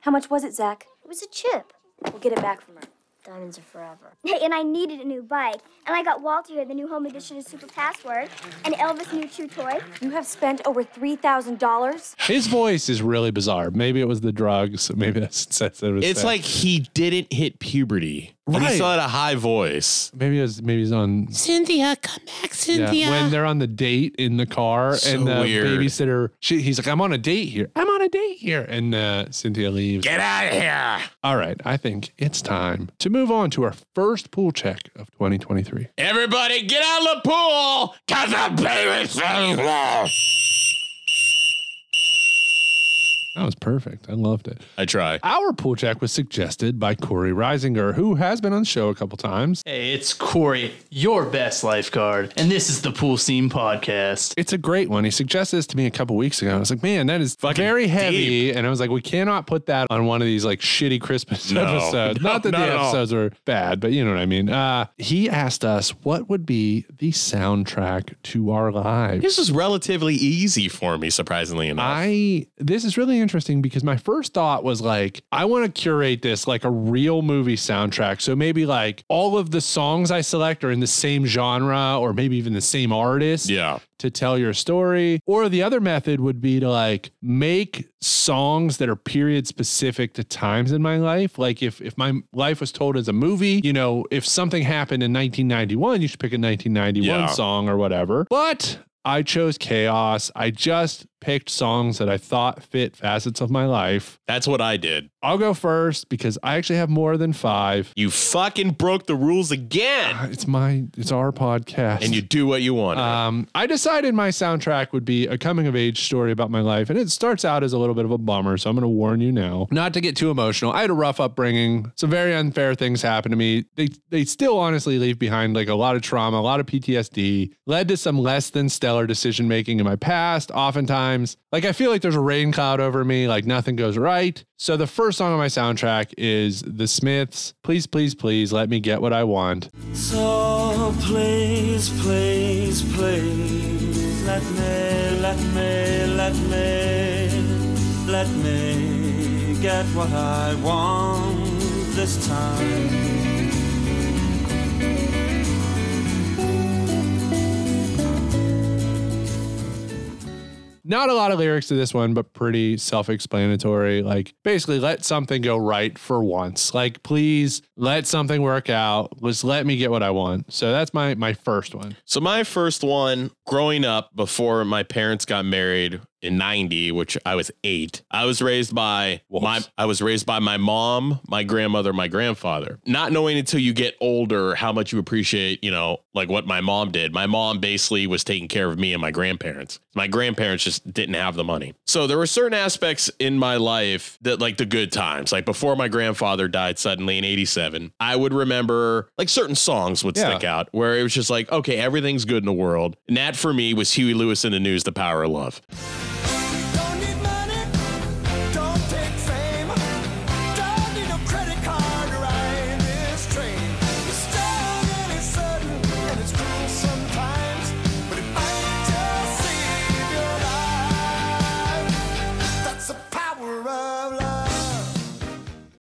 S2: How much was it, Zach?
S9: It was a chip.
S2: We'll get it back from her.
S9: Diamonds are forever. and I needed a new bike. And I got Walter here the new home edition of Super Password and Elvis' new chew toy.
S2: You have spent over $3,000?
S6: His voice is really bizarre. Maybe it was the drugs. Maybe that's, that's, that's
S7: It's like he didn't hit puberty. And he
S6: Right.
S7: still had a high voice.
S6: maybe it was, maybe he's on
S7: Cynthia, come back,
S6: Yeah, when they're on the date in the car
S7: So
S6: and the
S7: weird.
S6: babysitter, she, he's like, I'm on a date here. I'm on a date here. And uh, Cynthia leaves.
S7: Get out of here.
S6: All right. I think it's time to move on to our first pool check of 2023.
S7: Everybody, get out of the pool because the baby's
S6: That was perfect. I loved it.
S7: I try.
S6: Our pool check was suggested by Corey Reisinger, who has been on the show a couple times.
S10: Hey, it's Corey, your best lifeguard, and this is the Pool Scene Podcast.
S6: It's a great one. He suggested this to me a couple weeks ago. I was like, man, that is very heavy. And I was like, we cannot put that on one of these like shitty Christmas
S7: No.
S6: episodes.
S7: No,
S6: not that
S7: not
S6: the
S7: at all.
S6: episodes were bad, but you know what I mean. Uh, he asked us what would be the soundtrack to our lives.
S7: This was relatively easy for me, surprisingly enough.
S6: I this is really interesting because my first thought was like I want to curate this like a real movie soundtrack. So maybe like all of the songs I select are in the same genre or maybe even the same artist.
S7: Yeah.
S6: To tell your story. Or the other method would be to like make songs that are period specific to times in my life. Like if if my life was told as a movie, you know, if something happened in 1991, you should pick a 1991
S7: Yeah.
S6: song or whatever. But I chose chaos. I just picked songs that I thought fit facets of my life.
S7: That's what I did.
S6: I'll go first because I actually have more than five.
S7: You fucking broke the rules again.
S6: It's my, it's our podcast.
S7: And you do what you want.
S6: Um, I decided my soundtrack would be a coming of age story about my life, and it starts out as a little bit of a bummer. So I'm going to warn you now, not to get too emotional. I had a rough upbringing. Some very unfair things happened to me. They they still honestly leave behind like a lot of trauma, a lot of PTSD, led to some less than stellar decision making in my past. Oftentimes, like I feel like there's a rain cloud over me, like nothing goes right. So the first song on my soundtrack is The Smiths. Please, please, please, let me get what I want.
S11: So please, please, please let me, let me, let me, let me get what I want this time.
S6: Not a lot of lyrics to this one, but pretty self explanatory. Like, basically, let something go right for once. Like, please let something work out. Just let me get what I want. So, that's my, my first one.
S7: So my first one, growing up before my parents got married in 90, which I was 8. I was raised by my I was raised by my mom, my grandmother, my grandfather. Not knowing until you get older how much you appreciate, you know, like what my mom did. My mom basically was taking care of me and my grandparents. My grandparents just didn't have the money. So there were certain aspects in my life that like the good times, like before my grandfather died suddenly in 87, I would remember like certain songs would
S6: Yeah.
S7: stick out out where it was just like, okay, everything's good in the world. And that for me was Huey Lewis in the news, The Power of Love.
S11: Don't take fame. Don't need no credit card to ride this train. It's down and it's sudden and it's cruel sometimes, but it might just save your life. That's the power of love.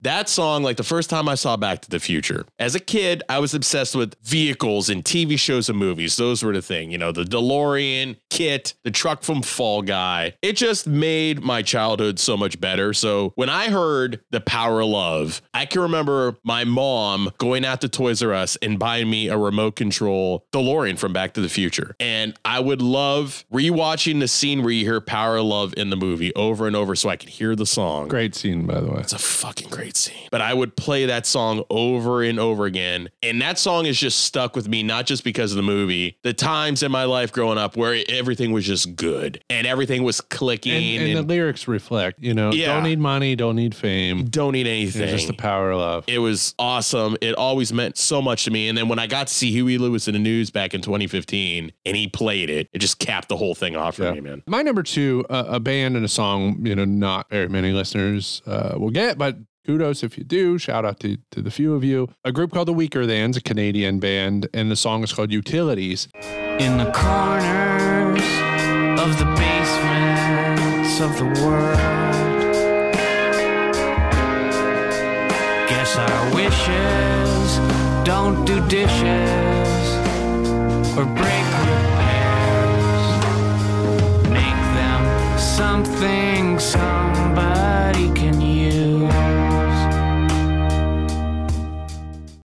S7: That song, like the first time I saw Back to the Future, as a kid, I was obsessed with vehicles and TV shows and movies. Those were the thing, you know, the DeLorean, Kit, the truck from Fall Guy. It just made my childhood so much better. So when I heard The Power of Love, I can remember my mom going out to Toys R Us and buying me a remote control DeLorean from Back to the Future. And I would love rewatching the scene where you hear Power of Love in the movie over and over so I could hear the song.
S6: Great scene, by the way. It's
S7: a fucking great scene. scene. But I would play that song over and over again. And that song is just stuck with me, not just because of the movie, the times in my life growing up where everything was just good and everything was clicking.
S6: And, and the lyrics reflect, you know,
S7: Yeah.
S6: don't need money, don't need fame,
S7: don't need anything.
S6: It's just the power of love.
S7: It was awesome. It always meant so much to me. And then when I got to see Huey Lewis in the news back in 2015 and he played it, it just capped the whole thing off for me, man.
S6: My number two, uh, a band and a song, you know, not very many listeners uh, will get, but kudos if you do. Shout out to, to the few of you. A group called The Weaker Than's, a Canadian band, and the song is called Utilities.
S11: In the corners of the basements of the world. Guess our wishes don't do dishes or break repairs. Make them something somebody can use.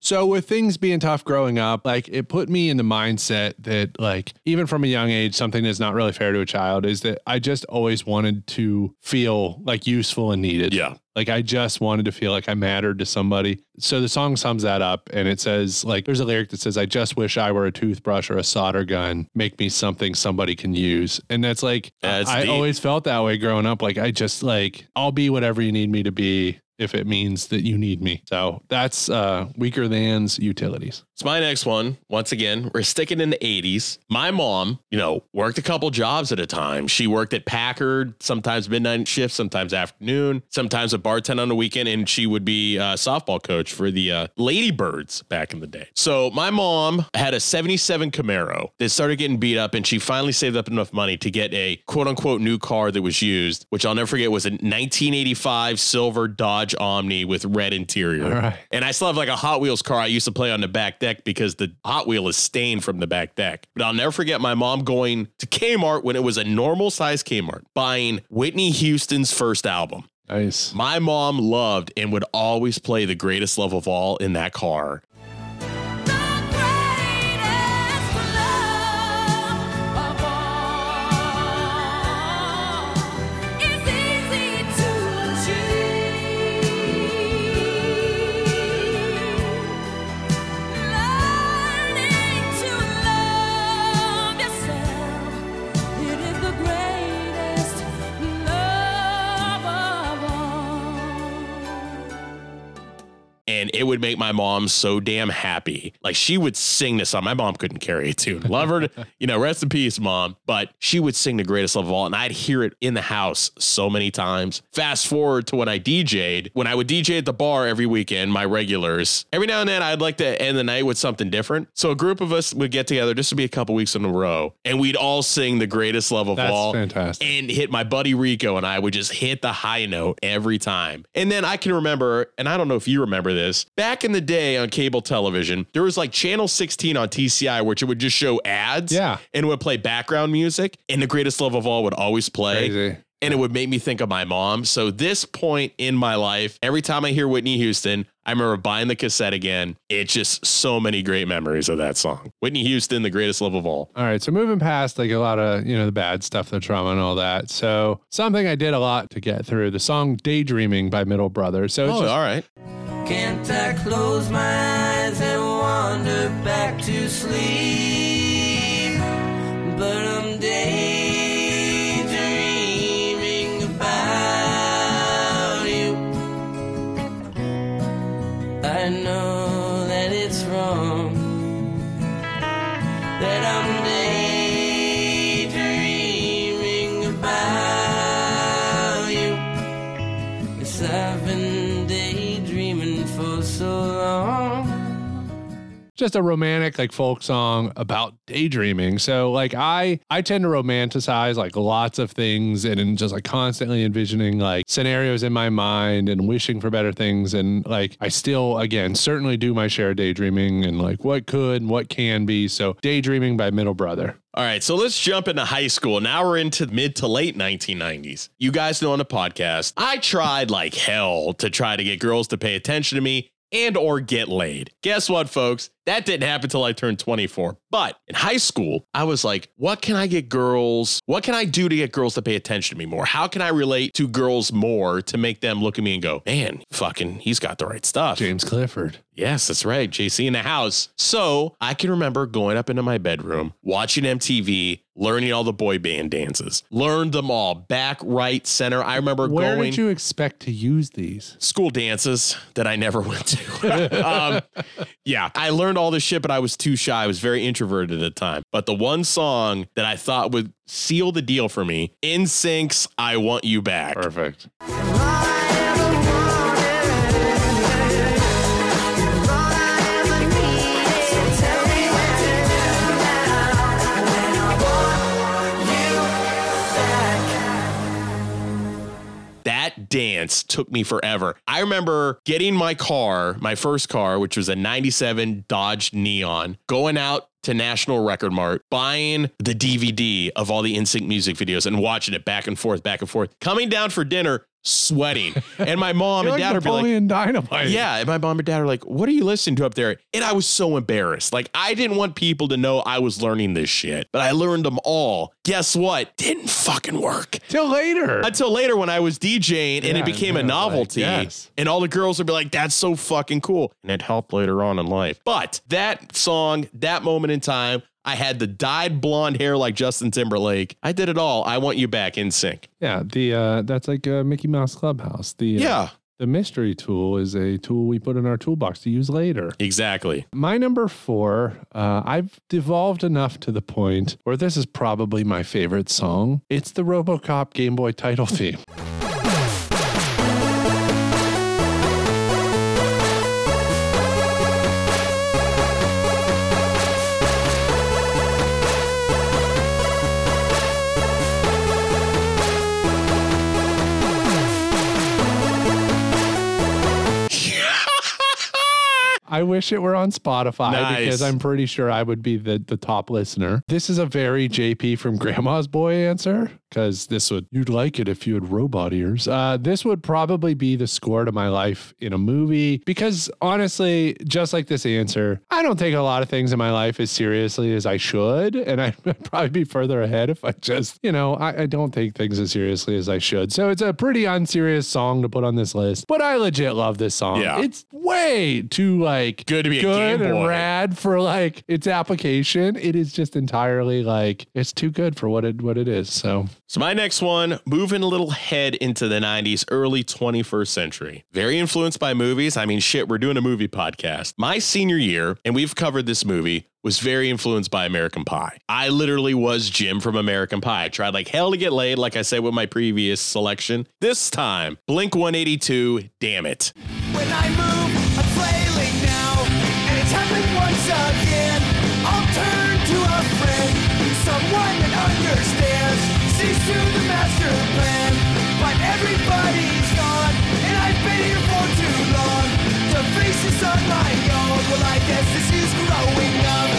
S6: So with things being tough growing up, like it put me in the mindset that like even from a young age, something that's not really fair to a child is that I just always wanted to feel like useful and needed.
S7: Yeah.
S6: Like I just wanted to feel like I mattered to somebody. So the song sums that up and it says like there's a lyric that says I just wish I were a toothbrush or a solder gun, make me something somebody can use. And that's like
S7: That's
S6: I
S7: deep.
S6: always felt that way growing up like I just like I'll be whatever you need me to be if it means that you need me. So that's uh weaker than's utilities.
S7: It's my next one. Once again, we're sticking in the 80s. My mom, you know, worked a couple jobs at a time. She worked at Packard, sometimes midnight shift, sometimes afternoon, sometimes a bartend on the weekend, and she would be a softball coach for the uh, Ladybirds back in the day. So my mom had a 77 Camaro that started getting beat up, and she finally saved up enough money to get a quote unquote new car that was used, which I'll never forget was a 1985 silver Dodge Omni with red interior.
S6: All right.
S7: And I still have like a Hot Wheels car I used to play on the back deck because the Hot Wheel is stained from the back deck. But I'll never forget my mom going to Kmart when it was a normal size Kmart, buying Whitney Houston's first album.
S6: Nice.
S7: My mom loved and would always play The Greatest Love of All in that car. and it would make my mom so damn happy. Like she would sing this song. My mom couldn't carry a tune. Love her, to- you know, rest in peace, mom. But she would sing the greatest love of all, and I'd hear it in the house so many times. Fast forward to when I DJ'd, when I would DJ at the bar every weekend, my regulars. Every now and then, I'd like to end the night with something different. So a group of us would get together. This would be a couple weeks in a row, and we'd all sing the greatest love of
S6: That's
S7: all.
S6: fantastic.
S7: And hit my buddy Rico and I would just hit the high note every time. And then I can remember, and I don't know if you remember this, back in the day on cable television, there was like channel 16 on TCI, which it would just show ads.
S6: Yeah.
S7: And it would play background music. And the greatest love of all would always play.
S6: Crazy.
S7: And it would make me think of my mom. So this point in my life, every time I hear Whitney Houston, I remember buying the cassette again. It's just so many great memories of that song. Whitney Houston, the greatest love of all.
S6: All right, so moving past like a lot of you know the bad stuff, the trauma and all that. So something I did a lot to get through the song "Daydreaming" by Middle Brother. So it's
S7: Oh,
S6: just-
S7: all right.
S11: Can't I close my eyes and wander back to sleep? But I'm daydreaming about you. I know that it's wrong. That I'm daydreaming about you. Yes, I've been daydreaming for so long.
S6: just a romantic like folk song about daydreaming. So like I I tend to romanticize like lots of things and, and just like constantly envisioning like scenarios in my mind and wishing for better things and like I still again certainly do my share of daydreaming and like what could and what can be. So daydreaming by Middle Brother.
S7: All right, so let's jump into high school. Now we're into mid to late 1990s. You guys know on the podcast, I tried like hell to try to get girls to pay attention to me and or get laid. Guess what, folks? That didn't happen till I turned 24. But in high school, I was like, what can I get girls? What can I do to get girls to pay attention to me more? How can I relate to girls more to make them look at me and go, man, fucking, he's got the right stuff.
S6: James Clifford.
S7: Yes, that's right. JC in the house. So I can remember going up into my bedroom, watching MTV, learning all the boy band dances, learned them all back, right, center. I remember
S6: Where
S7: going
S6: did you expect to use these?
S7: school dances that I never went to. um, yeah, I learned all this shit, but I was too shy. I was very introverted at the time. But the one song that I thought would seal the deal for me, NSYNC's I Want You Back.
S6: Perfect.
S7: That dance took me forever. I remember getting my car, my first car, which was a 97 Dodge Neon, going out to National Record Mart, buying the DVD of all the NSYNC music videos and watching it back and forth, back and forth, coming down for dinner, sweating. And my mom
S6: You're
S7: and
S6: like
S7: dad are like,
S6: Napoleon Dynamite.
S7: yeah, and my mom and dad are like, "What are you listening to up there?" And I was so embarrassed. Like I didn't want people to know I was learning this shit, but I learned them all. Guess what? Didn't fucking work.
S6: Till later.
S7: Until later when I was DJing and
S6: Yeah,
S7: it became a
S6: yeah, like,
S7: novelty.
S6: yes.
S7: And all the girls would be like, "That's so fucking cool." And it helped later on in life. But that song, that moment in time, I had the dyed blonde hair like Justin Timberlake. I did it all. I want you back in sync.
S6: Yeah, the uh, that's like uh, Mickey Mouse Clubhouse. The uh,
S7: Yeah.
S6: the mystery tool is a tool we put in our toolbox to use later.
S7: Exactly.
S6: My number four, uh, I've devolved enough to the point where this is probably my favorite song. It's the RoboCop Game Boy title theme. I wish it were on Spotify
S7: Nice.
S6: because I'm pretty sure I would be the, the top listener. This is a very JP from Grandma's Boy answer because this would, you'd like it if you had robot ears. Uh, this would probably be the score to my life in a movie because honestly, just like this answer, I don't take a lot of things in my life as seriously as I should. And I'd probably be further ahead if I just, you know, I, I don't take things as seriously as I should. So it's a pretty unserious song to put on this list, but I legit love this song.
S7: Yeah.
S6: It's way too like
S7: Good to be a
S6: good
S7: Game
S6: and
S7: Boy.
S6: rad for like its application. It is just entirely like it's too good for what it what it is. So
S7: So my next one, moving a little head into the 90s, early 21st century. Very influenced by movies. I mean, shit, we're doing a movie podcast. My senior year, and we've covered this movie, was very influenced by American Pie. I literally was Jim from American Pie. I tried like hell to get laid, like I said with my previous selection. This time, Blink 182, damn it.
S11: When I move, I'm flailing now, and it's happened once again. I'll turn to a friend, someone that understands, sees through the master plan. But everybody's gone, and I've been here for too long. To face this on my own, well I guess this is growing up.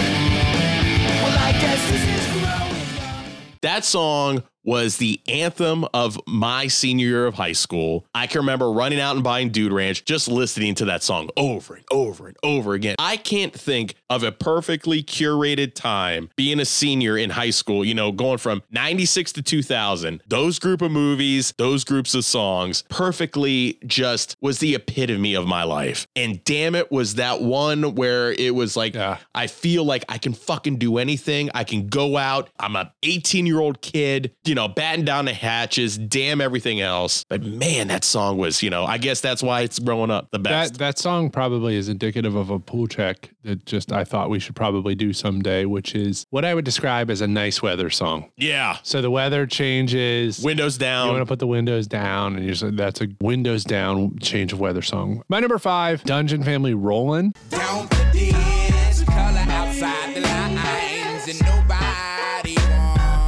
S11: Well I guess this is growing up.
S7: That song was the anthem of my senior year of high school. I can remember running out and buying Dude Ranch, just listening to that song over and over and over again. I can't think of a perfectly curated time being a senior in high school, you know, going from 96 to 2000. Those group of movies, those groups of songs perfectly just was the epitome of my life. And damn it, was that one where it was like, I feel like I can fucking do anything. I can go out. I'm an 18 year old kid, you know, batting down the hatches, damn everything else. But man, that song was, you know, I guess that's why it's growing up the best.
S6: that that song probably is indicative of a pool check that just I thought we should probably do someday, which is what I would describe as a nice weather song.
S7: yeah.
S6: So the weather changes.
S7: Windows
S6: You want
S7: down.
S6: to put the windows down, and you just, that's a windows down change of weather song. My number five, Dungeon Family Rollin'.
S11: Don't put this color outside the lines, and nobody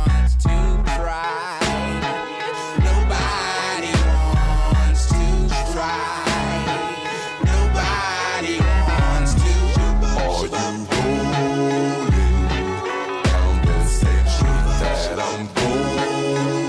S11: wants to try. Nobody wants to try. Nobody wants to. Are you rolling? Down the century that I'm going.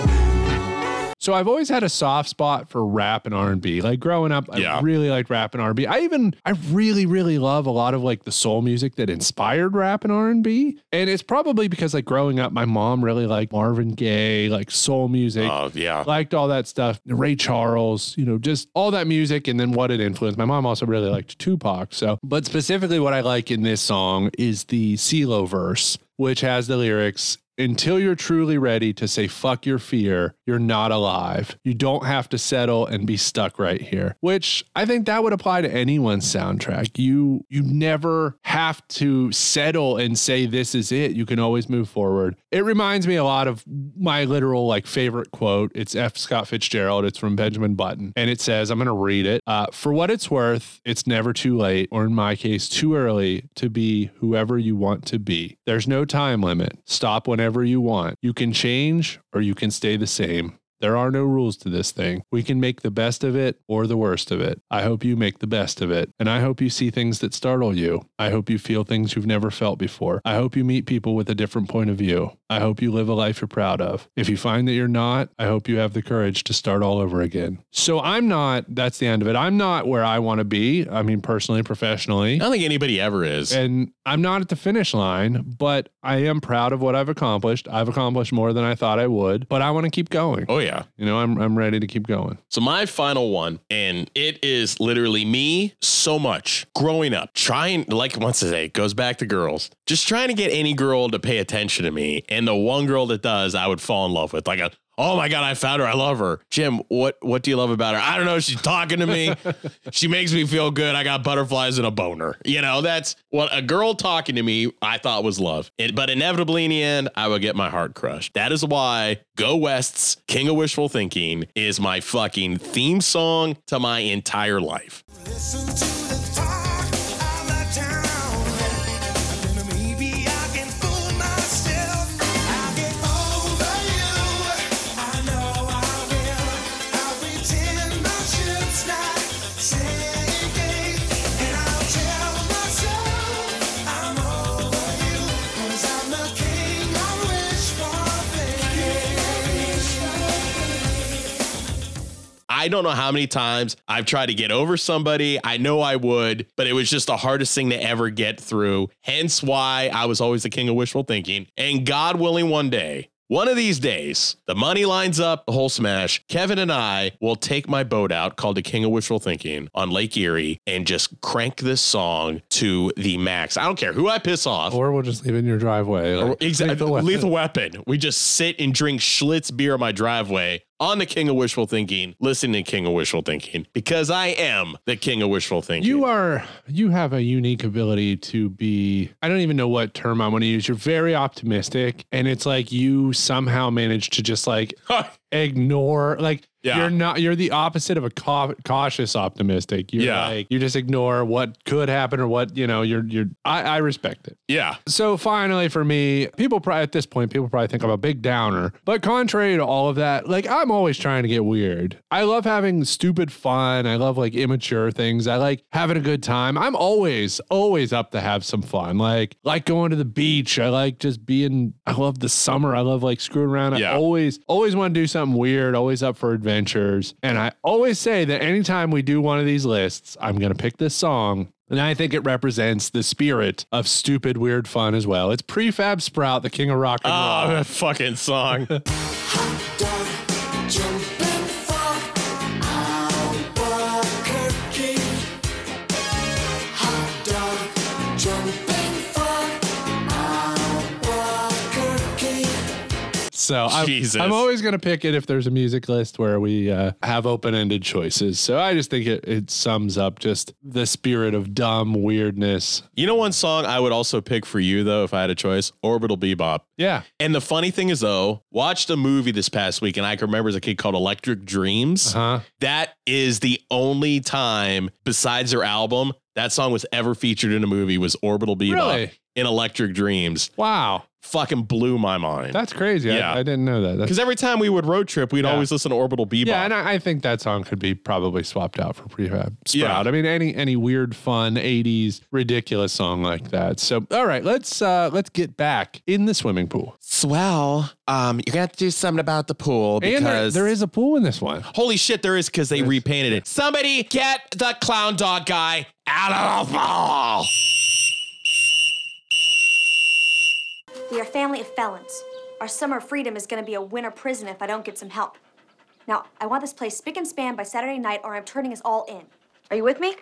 S6: So I've always had a soft spot for rap and R&B. Like growing up, I really liked rap and R&B. I even I really really love a lot of like the soul music that inspired rap and R&B. And it's probably because like growing up my mom really liked Marvin Gaye, like soul music.
S7: Oh, yeah.
S6: Liked all that stuff. Ray Charles, you know, just all that music and then what it influenced. My mom also really liked Tupac. So, but specifically what I like in this song is the CeeLo verse, which has the lyrics until you're truly ready to say fuck your fear, you're not alive. You don't have to settle and be stuck right here. Which I think that would apply to anyone's soundtrack. You you never have to settle and say this is it. You can always move forward. It reminds me a lot of my literal like favorite quote. It's F. Scott Fitzgerald. It's from Benjamin Button. And it says, I'm gonna read it. Uh, for what it's worth, it's never too late, or in my case, too early to be whoever you want to be. There's no time limit. Stop whenever you want. You can change or you can stay the same. There are no rules to this thing. We can make the best of it or the worst of it. I hope you make the best of it. And I hope you see things that startle you. I hope you feel things you've never felt before. I hope you meet people with a different point of view. I hope you live a life you're proud of. If you find that you're not, I hope you have the courage to start all over again. So I'm not, that's the end of it. I'm not where I want to be. I mean, personally, professionally. I
S7: don't think anybody ever is.
S6: And I'm not at the finish line, but I am proud of what I've accomplished. I've accomplished more than I thought I would, but I want to keep going.
S7: Oh yeah.
S6: You know, I'm I'm ready to keep going.
S7: So my final one, and it is literally me so much growing up, trying like once a day, goes back to girls, just trying to get any girl to pay attention to me. And the one girl that does, I would fall in love with. Like a Oh my god, I found her. I love her. Jim, what what do you love about her? I don't know. She's talking to me. she makes me feel good. I got butterflies and a boner. You know, that's what a girl talking to me I thought was love. It, but inevitably in the end, I would get my heart crushed. That is why Go West's King of Wishful Thinking is my fucking theme song to my entire life.
S11: Listen to the talk of the town. And then maybe I can fool myself. I'll get over you. I know I will. I'll pretend my ship's not sinking. And I'll tell myself I'm over you. Cause I'm the king of wishful thinking.
S7: I don't know how many times I've tried to get over somebody. I know I would, but it was just the hardest thing to ever get through. Hence why I was always the king of wishful thinking. And God willing, one day, one of these days, the money lines up, the whole smash. Kevin and I will take my boat out called the King of Wishful Thinking on Lake Erie and just crank this song to the max. I don't care who I piss off.
S6: Or we'll just leave it in your driveway. like,
S7: Exactly.
S6: lethal
S7: Lethal
S6: weapon.
S7: weapon. We just sit and drink Schlitz beer in my driveway on the King of Wishful Thinking, listening to King of Wishful Thinking, because I am the King of Wishful Thinking.
S6: You are you have a unique ability to be I don't even know what term I want to use. You're very optimistic and it's like you somehow manage to just like ignore like
S7: Yeah.
S6: you're not you're the opposite of a cau- cautious optimistic. You're
S7: Yeah.
S6: like you just ignore what could happen or what, you know, you're you're I, I respect it.
S7: yeah.
S6: So finally, for me, people probably at this point, people probably think I'm a big downer. But contrary to all of that, like I'm always trying to get weird. I love having stupid fun. I love like immature things. I like having a good time. I'm always, always up to have some fun. Like, like going to the beach. I like just being. I love the summer. I love like screwing around. I
S7: Yeah.
S6: always, always want to do something weird. Always up for adventures. And I always say that anytime we do one of these lists, I'm gonna pick this song and I think it represents the spirit of stupid, weird fun as well. It's Prefab Sprout, the king of rock and
S7: Oh,
S6: roll.
S7: that fucking song.
S11: Jumping for Albuquerque. Hot dog. Jumping for Albuquerque.
S6: So I'm,
S7: Jesus.
S6: I'm always going to pick it if there's a music list where we uh, have open ended choices. So I just think it, it sums up just the spirit of dumb weirdness.
S7: You know, one song I would also pick for you, though, if I had a choice Orbital Bebop.
S6: Yeah.
S7: And the funny thing is, though, watched a movie this past week, and I can remember as a kid called Electric Dreams.
S6: Uh-huh.
S7: That is the only time, besides their album, that song was ever featured in a movie was Orbital Bebop.
S6: Really?
S7: in Electric Dreams.
S6: Wow.
S7: Fucking blew my mind.
S6: That's crazy. I- I, didn't know that. That's-
S7: Because every time we would road trip, we'd
S6: Yeah.
S7: always listen to Orbital Bebop.
S6: yeah, and I, I think that song could be probably swapped out for prefab sprout.
S7: Yeah.
S6: I mean, any any weird, fun '80s ridiculous song like that. So, all right, let's uh let's get back in the swimming pool.
S7: Swell. Um, you're gonna have to do something about the pool
S6: and there-
S7: because
S6: there is a pool in this one.
S7: holy shit, there is because they repainted it. Somebody get the clown dog guy out of the pool.
S2: We are a family of felons. Our summer of freedom is gonna be a winter prison if I don't get some help. Now, I want this place spick and span by Saturday night, or I'm turning us all in. Are you with me?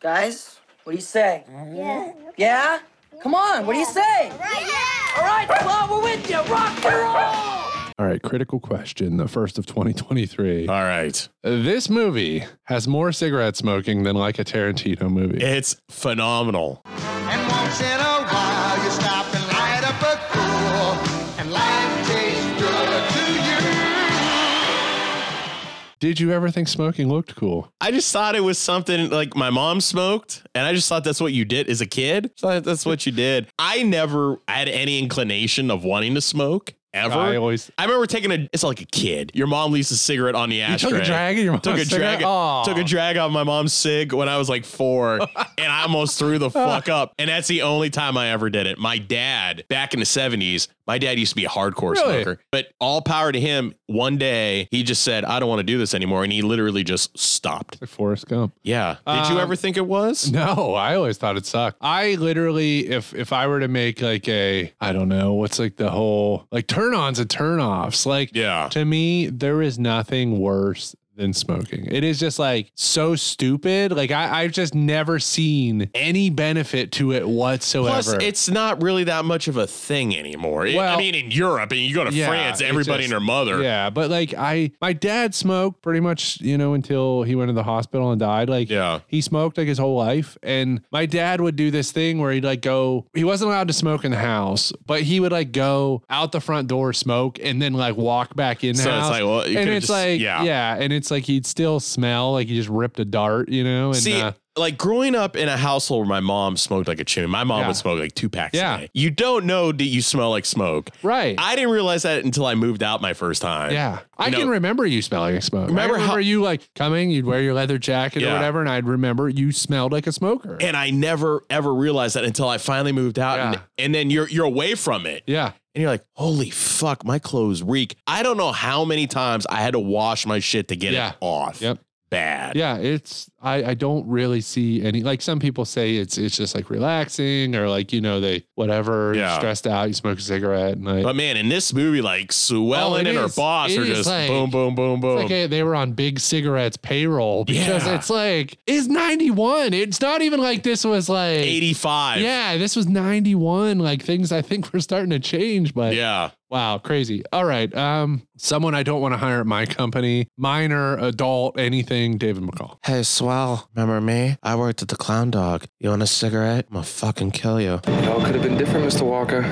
S23: Guys, what do you say? Yeah. Yeah? Come on, what do you say? All right, yeah. All right, well, we're with you. Rock and roll.
S6: All right, critical question, the first of 2023.
S7: Uh,
S6: All
S7: right.
S6: This movie has more cigarette smoking than like a Tarantino movie.
S7: It's phenomenal.
S11: And once in a while you stop and light up a cool, and life tastes good to you.
S6: Did you ever think smoking looked cool?
S7: I just thought it was something like my mom smoked, and I just thought that's what you did as a kid. So that- that's what you did. I never had any inclination of wanting to smoke ever.
S6: I always-
S7: I remember taking a. It's like a kid. Your mom leaves a cigarette on the ashtray.
S6: took a drag of your
S7: took a
S6: mom's cigarette?
S7: drag.
S6: Aw.
S7: Took a drag off my mom's cig when I was like four, and I almost threw the fuck up. And that's the only time I ever did it. My dad, back in the seventies, my dad used to be a hardcore
S6: Really?
S7: smoker, but all power to him. One day he just said, "I don't want to do this anymore," and he literally just stopped.
S6: Like Forrest Gump.
S7: Yeah. Did you
S6: Um,
S7: ever think it was?
S6: No, I always thought it sucked. I literally, if if I were to make like a, I don't know, what's like the whole like turn ons and turn offs. Like,
S7: yeah.
S6: To me, there is nothing worse than smoking. It is just like so stupid. Like I, I've just never seen any benefit to it whatsoever.
S7: Plus, it's not really that much of a thing anymore. It- I
S6: Well-
S7: mean, in Europe, and you go to
S6: Yeah,
S7: France,
S6: it
S7: everybody and
S6: just-
S7: their mother.
S6: Yeah, but like I, my dad smoked pretty much, you know, until he went to the hospital and died. Like,
S7: Yeah.
S6: he smoked like his whole life, and my dad would do this thing where he'd like go. He wasn't allowed to smoke in the house, but he would like go out the front door, smoke, and then like walk back in the
S7: So it's
S6: house.
S7: like, well, you
S6: and
S7: could've
S6: it's
S7: just-
S6: like,
S7: yeah.
S6: yeah. and it's like he'd still smell like he just ripped a dart, you know. And
S7: See,
S6: uh,
S7: like growing up in a household where my mom smoked like a chimney, my mom
S6: Yeah.
S7: would smoke like two packs
S6: Yeah.
S7: a day. You don't know that you smell like smoke.
S6: right?
S7: I didn't realize that until I moved out my first time.
S6: Yeah. I
S7: You know,
S6: can remember you smelling like smoke.
S7: Remember
S6: Remember,
S7: how-
S6: remember you like coming, you'd wear your leather jacket
S7: Yeah.
S6: or whatever, and I'd remember you smelled like a smoker.
S7: and I never ever realized that until I finally moved out, and,
S6: Yeah.
S7: and then you're you're away from it.
S6: Yeah.
S7: And you're like, holy fuck, my clothes reek. I don't know how many times I had to wash my shit to get
S6: Yeah.
S7: it off.
S6: Yep.
S7: Bad.
S6: Yeah, it's I, I don't really see any like some people say it's it's just like relaxing or like, you know, they whatever, you're
S7: Yeah.
S6: stressed out, you smoke a cigarette and like
S7: But man, in this movie, like Sue
S6: Oh,
S7: Ellen
S6: it
S7: and her
S6: is.
S7: boss
S6: It
S7: are
S6: is
S7: just
S6: like-
S7: boom, boom, boom, boom.
S6: It's like hey, they were on Big Cigarette's payroll because
S7: Yeah.
S6: it's like it's 91. It's not even like this was like
S7: 85.
S6: Yeah, this was 91. Like things I think were starting to change, but
S7: Yeah.
S6: Wow, crazy. All right. Um, someone I don't want to hire at my company, minor, adult, anything, David McCall.
S5: Hey, Swell, remember me? I worked at the Clown Dog. You want a cigarette? I'm gonna fucking kill you.
S12: It all could have been different, Mr. Walker.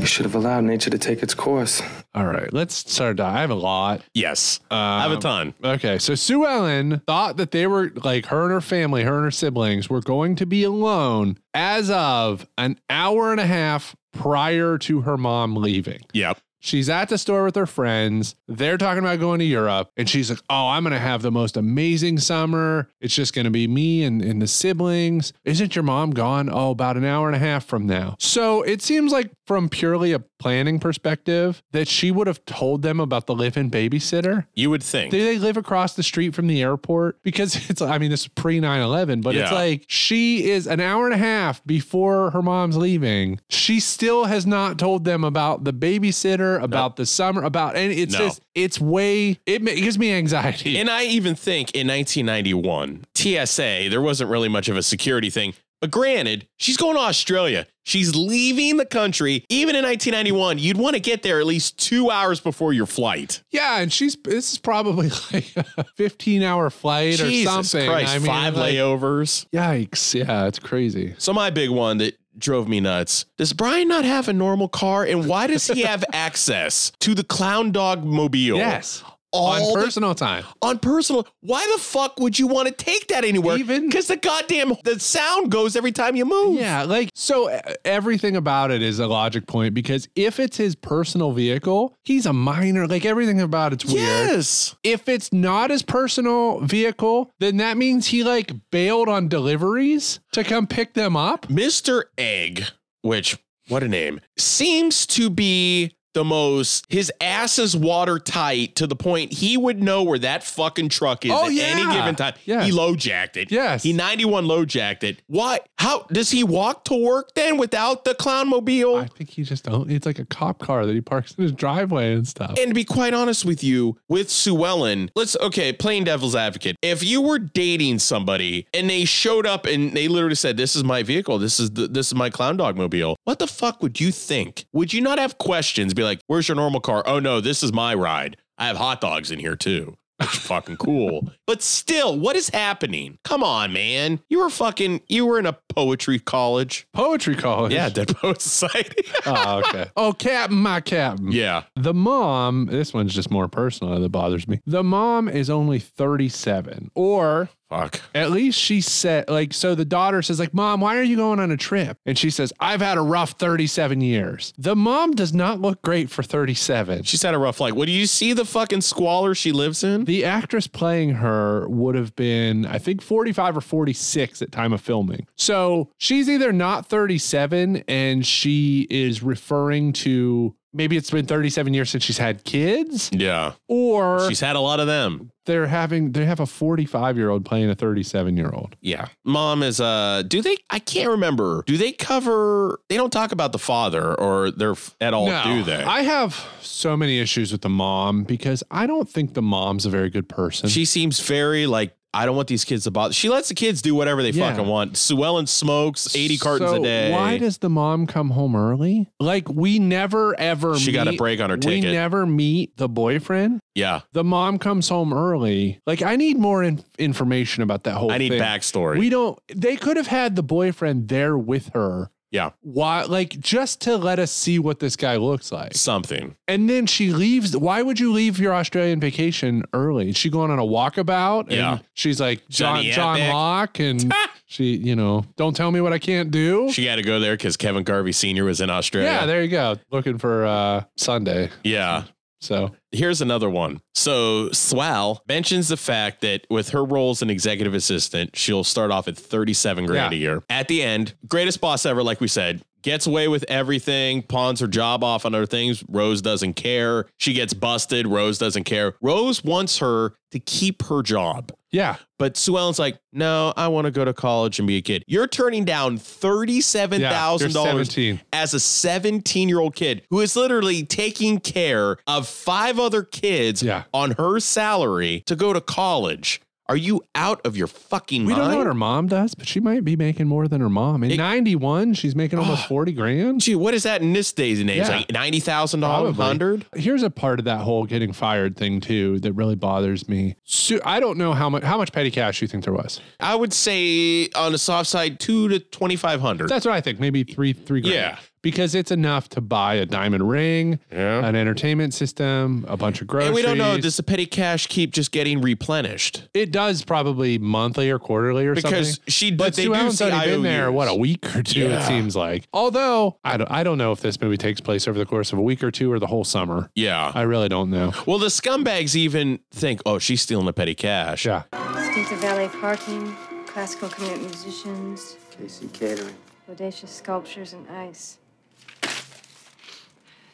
S12: You should have allowed nature to take its course.
S6: All right, let's start. I have a lot.
S7: Yes. I have a
S6: Um,
S7: ton.
S6: Okay, so Sue Ellen thought that they were like her and her family, her and her siblings were going to be alone as of an hour and a half prior to her mom leaving.
S7: Yep.
S6: She's at the store with her friends. They're talking about going to Europe. And she's like, Oh, I'm going to have the most amazing summer. It's just going to be me and, and the siblings. Isn't your mom gone? Oh, about an hour and a half from now. So it seems like, from purely a planning perspective, that she would have told them about the live in babysitter.
S7: You would think.
S6: Do they live across the street from the airport? Because it's, I mean, this is pre 9 11, but it's
S7: Yeah.
S6: like she is an hour and a half before her mom's leaving. She still has not told them about the babysitter, about the summer, about any. It's
S7: No.
S6: just, it's way, it, ma- it gives me anxiety.
S7: And I even think in 1991, TSA, there wasn't really much of a security thing. But granted, she's going to Australia. She's leaving the country. Even in 1991, you'd want to get there at least two hours before your flight.
S6: Yeah, and she's this is probably like a 15 hour flight
S7: Jesus
S6: or something.
S7: Christ, five
S6: like-
S7: layovers.
S6: Yikes. Yeah, it's crazy.
S7: So my big one that drove me nuts. Does Brian not have a normal car? And why does he have access to the clown dog mobile?
S6: Yes.
S7: all
S6: on
S7: the-
S6: personal time.
S7: on personal. Why the fuck would you want to take that anywhere? Even because the goddamn the sound goes every time you move.
S6: Yeah, like so e- everything about it is a logic point because if it's his personal vehicle, he's a minor. Like everything about it's weird.
S7: Yes.
S6: If it's not his personal vehicle, then that means he like bailed on deliveries to come pick them up.
S7: Mr. Egg, which what a name, seems to be the most his ass is watertight to the point he would know where that fucking truck is
S6: Oh,
S7: at any
S6: yeah.
S7: given time.
S6: Yes.
S7: He low jacked it.
S6: Yes.
S7: He 91 low jacked it. Why? How does he walk to work then without the clown mobile?
S6: I think he just own- it's like a cop car that he parks in his driveway and stuff.
S7: And to be quite honest with you, with Suellen, let's okay, playing devil's advocate. If you were dating somebody and they showed up and they literally said, "This is my vehicle. This is the, this is my clown dog mobile," what the fuck would you think? Would you not have questions? Be like, "Where's your normal car? Oh no, this is my ride. I have hot dogs in here too." Which is fucking cool. But still, what is happening? Come on, man. You were fucking, you were in a poetry college.
S6: Poetry college.
S7: Yeah, Dead Poet Society.
S6: oh, okay. Oh, Captain, my Captain.
S7: Yeah.
S6: The mom, this one's just more personal that bothers me. The mom is only 37, or
S7: Fuck.
S6: at least she said, like, so the daughter says, like, Mom, why are you going on a trip? And she says, I've had a rough 37 years. The mom does not look great for 37.
S7: She's had a rough life. What do you see the fucking squalor she lives in?
S6: The actress playing her would have been, I think, 45 or 46 at time of filming. So she's either not 37 and she is referring to maybe it's been 37 years since she's had kids,
S7: Yeah.
S6: or
S7: She's had a lot of them.
S6: they're having they have a 45 year old playing a 37 year old.
S7: Yeah. Mom is uh do they I can't remember. Do they cover they don't talk about the father or their f- at all, do they?
S6: I have so many issues with the mom because I don't think the mom's a very good person.
S7: she seems very like I don't want these kids to bother. She lets the kids do whatever they
S6: Yeah.
S7: fucking want. Sue Ellen smokes 80 cartons
S6: So
S7: a day.
S6: Why does the mom come home early? Like we never ever
S7: She got a break on her ticket.
S6: We never meet the boyfriend.
S7: Yeah.
S6: The mom comes home early. Like I need more in- information about that whole
S7: I need
S6: thing.
S7: backstory.
S6: We don't they could have had the boyfriend there with her.
S7: yeah.
S6: Why like just to let us see what this guy looks like.
S7: Something.
S6: And then she leaves. Why would you leave your Australian vacation early? Is she going on a walkabout? And
S7: Yeah.
S6: She's like John
S7: Johnny
S6: John
S7: Epic.
S6: Locke, and she, you know, don't tell me what I can't do.
S7: She got to go there cuz Kevin Garvey senior was in Australia.
S6: yeah, there you go. Looking for uh Sunday.
S7: yeah.
S6: So
S7: Here's another one. So Swell mentions the fact that with her role as an executive assistant, she'll start off at 37 grand
S6: Yeah.
S7: a year. At the end, greatest boss ever, like we said, gets away with everything, pawns her job off on other things. Rose doesn't care. She gets busted. Rose doesn't care. Rose wants her to keep her job.
S6: yeah.
S7: But Sue Ellen's like, no, I want to go to college and be a kid. You're turning down thirty-seven thousand
S6: Yeah, you're
S7: dollars
S6: 17.
S7: as a seventeen-year-old kid who is literally taking care of five other kids
S6: Yeah.
S7: on her salary to go to college. Are you out of your fucking
S6: We
S7: mind?
S6: don't know what her mom does, but she might be making more than her mom. In 91, she's making almost 40 grand.
S7: Gee, what is that in this day's and age?
S6: Yeah.
S7: Like ninety thousand dollars,
S6: Probably.
S7: hundred?
S6: Here's a part of that whole getting fired thing too that really bothers me. Su- I don't know how much how much petty cash you think there was.
S7: I would say on the soft side, two to twenty-five hundred.
S6: That's what I think. Maybe three three grand.
S7: Yeah.
S6: Because it's enough to buy a diamond ring,
S7: Yeah.
S6: an entertainment system, a bunch of groceries.
S7: And we don't know. Does the petty cash keep just getting replenished?
S6: it does probably monthly or quarterly or
S7: Because
S6: something.
S7: she-
S6: but
S7: they
S6: Sue
S7: do
S6: Ellen's
S7: say
S6: already been there
S7: IOUs.
S6: what a week or two.
S7: Yeah.
S6: It seems like. Although I don't, I don't know if this movie takes place over the course of a week or two or the whole summer.
S7: Yeah.
S6: I really don't know.
S7: Well, the scumbags even think, oh, she's stealing the petty cash.
S6: Yeah.
S17: Distinctive valet parking, classical commute musicians,
S25: Casey Catering.
S17: audacious sculptures, and ice.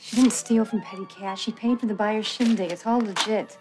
S17: She didn't steal from petty cash. She paid for the buyer's shindig. It's all legit.